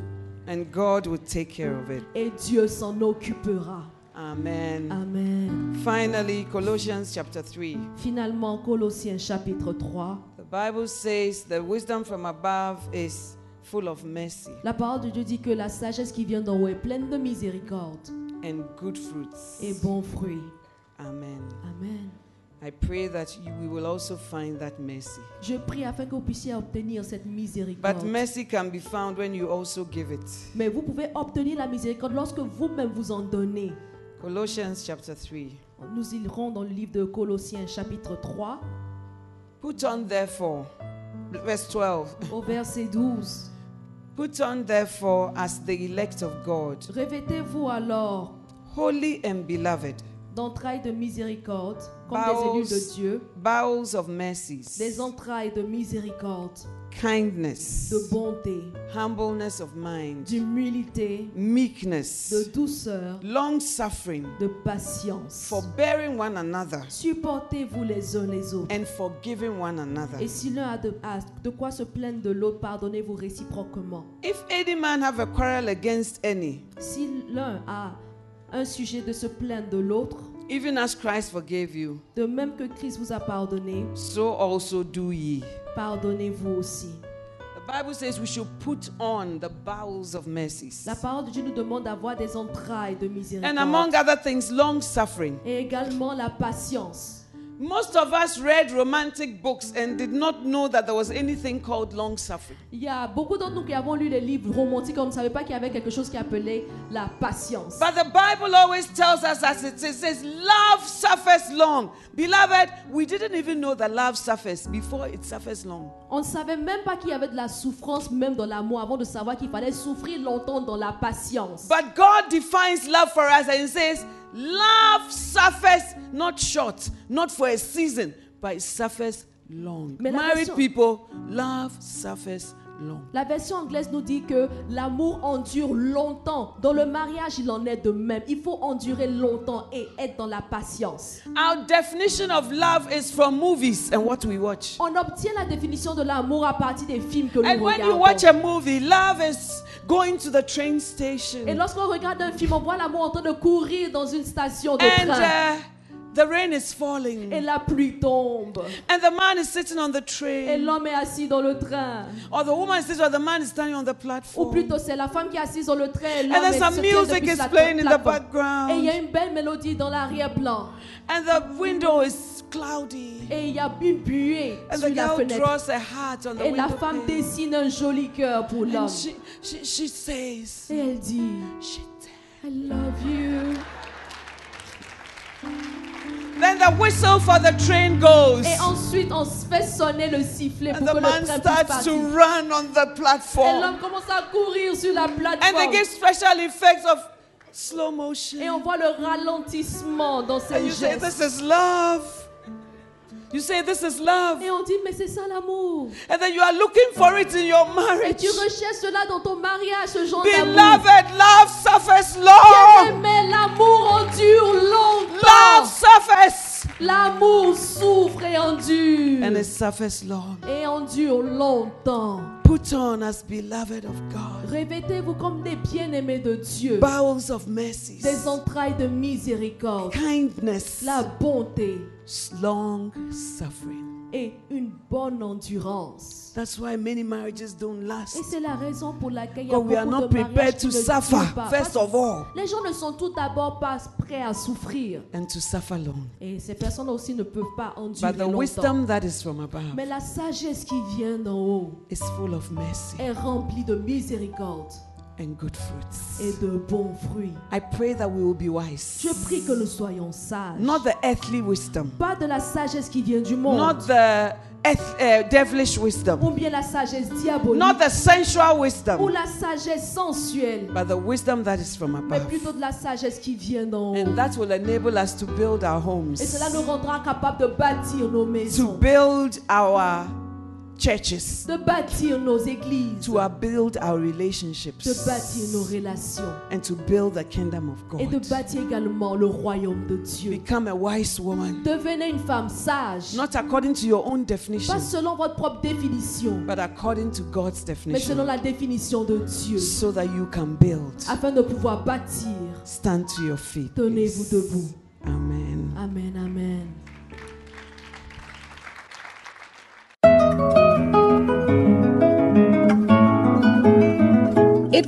And God will take care of it.
Et Dieu s'en occupera.
Amen.
Amen.
Finally, Colossians chapter 3.
Finalement, Colossiens chapitre 3.
The Bible says the wisdom from above is full of mercy
La parole de Dieu dit que la sagesse qui vient d'en haut est pleine de miséricorde
and good fruits.
et bons fruits.
Amen.
Amen.
I pray that you, we will also find that mercy.
Je prie afin que vous puissiez obtenir cette
But
miséricorde.
mercy can be found when you also give it.
Mais vous pouvez obtenir la miséricorde lorsque vous-même vous en donnez.
Colossians chapter 3.
Nous irons dans le livre de Colossiens chapitre 3
Put on therefore, verse 12.
au verset 12.
Put on therefore as the elect of God,
Revêtez-vous alors
holy and beloved,
d'entrailles de miséricorde comme
Bowels.
des élus de Dieu,
bowels of mercies,
des entrailles de miséricorde,
kindness,
de bonté,
humbleness of mind,
d'humilité, de
meekness,
douceur,
long suffering,
de patience.
forbearing one another,
Supportez-vous les uns les autres.
and forgiving one another.
Et si l'un a de, a de quoi se plaindre de l'autre, pardonnez-vous réciproquement.
If any man have a quarrel against any,
Si l'un a un sujet de se plaindre de l'autre,
even as Christ forgave you,
de même que Christ vous a pardonné,
so also do ye.
pardonnez-vous aussi.
The Bible says we should put on the bowels of mercies.
La parole de Dieu nous demande d'avoir des entrailles de
And among
miséricorde
other things, long suffering.
et également la patience.
Most of us read romantic books and did not know that there was anything called long suffering.
Il y a beaucoup d'entre nous qui avons lu les livres romantiques, on ne savait pas qu'il y avait quelque chose qui appelait la patience.
But the Bible always tells us as it says, says, love suffers long. Beloved, we didn't even know that love suffers before it suffers long.
On ne savait même pas qu'il y avait de la souffrance même dans l'amour avant de savoir qu'il fallait souffrir longtemps dans la patience.
But God defines love for us and says, love suffers not short, not for a season, but it suffers long.
Mais la
Married
question-
people, love suffers long.
La version anglaise nous dit que l'amour endure longtemps. Dans le mariage, il en est de même. Il faut endurer longtemps et être dans la patience.
Our definition of love is from movies and what we watch.
On obtient la définition de l'amour à partir des films que
And
nous
when you
regardons.
watch a movie, love is going to the train
Et
station.
lorsqu'on regarde un film, on voit l'amour en train de courir dans une station de
And
train.
uh, the rain is falling.
Et la pluie tombe.
And the man is sitting on the
Et
train.
l'homme est assis dans le train.
Or the woman is sitting, or the man is standing on the
Ou
platform.
plutôt, c'est la femme qui est assise dans le train. Et l'homme
Oh. And then
est-
some
se tient
music
depuis
is
la
playing in the
plateforme. Et il y a
background.
une belle mélodie dans l'arrière-plan.
And the window is cloudy.
Et il y a une buée
And
sur
the
la
girl
fenêtre.
draws a heart on the
Et la
window.
femme
pane.
dessine un joli cœur pour l'homme.
And she, she, she says,
Et elle dit,
she
I love you.
Then the whistle for the train goes.
Et ensuite, Eh, on se fait sonner le sifflet
And
pour
the
que
man
le train puisse
starts to
partir.
run on the
Et
platform.
l'homme commence à courir sur la
And they
plateforme.
give special effects of slow
Et on
motion.
voit le ralentissement dans
And
ses
you say,
gestes.
This is love. You say, This is love.
Et on dit, mais c'est ça l'amour.
And then you are looking for it in your
Et
marriage.
tu recherches cela dans ton mariage, ce genre d'amour.
Beloved, love suffers long.
Mais l'amour endure longtemps.
Love suffers.
L'amour souffre et
And
endure.
it suffers long.
Et endure longtemps.
Put on as beloved of God
Revêtez-vous comme des bien-aimés de Dieu,
bowels of mercies,
des entrailles de miséricorde,
kindness,
la bonté,
long suffering.
et une bonne endurance.
That's why many marriages don't last.
Et c'est la raison pour laquelle il y a
Because we are
beaucoup
not
de mariages
prepared
qui
to
ne
suffer,
durent pas.
first
Parce-
of all,
Les gens ne sont tout d'abord pas prêts à souffrir.
and to suffer long.
Et ces personnes aussi ne peuvent pas endurer
But the
longtemps.
wisdom that is from above
Mais la sagesse qui vient d'en haut
is full of mercy
est remplie de miséricorde
and good
et
fruits.
de bons fruits.
I pray that we will be
Je
wise.
prie que nous soyons sages.
Not the earthly wisdom,
pas de la sagesse qui vient du monde.
not the earth, uh, devilish
ou
wisdom,
bien la sagesse diabolique.
not the sensual
ou
wisdom,
la sagesse sensuelle.
but the wisdom that is from
Mais
above.
plutôt de la sagesse qui vient d'en haut.
And that will enable us to build our
Et
homes,
cela nous rendra capables de bâtir nos
to
maisons,
build our churches,
de bâtir nos églises,
to uh, build our
de bâtir
relationships,
nos relations
and to build the kingdom of
et de
God.
bâtir également le royaume de Dieu.
Become a wise woman,
Devenez une femme sage,
not according to your own
pas
definition,
selon votre propre définition,
but according to God's
mais selon Ah. la
definition,
définition de Dieu,
so that you can build.
afin de pouvoir bâtir.
Stand to your feet.
Tenez-vous
please.
debout.
Amen.
Amen, amen.
It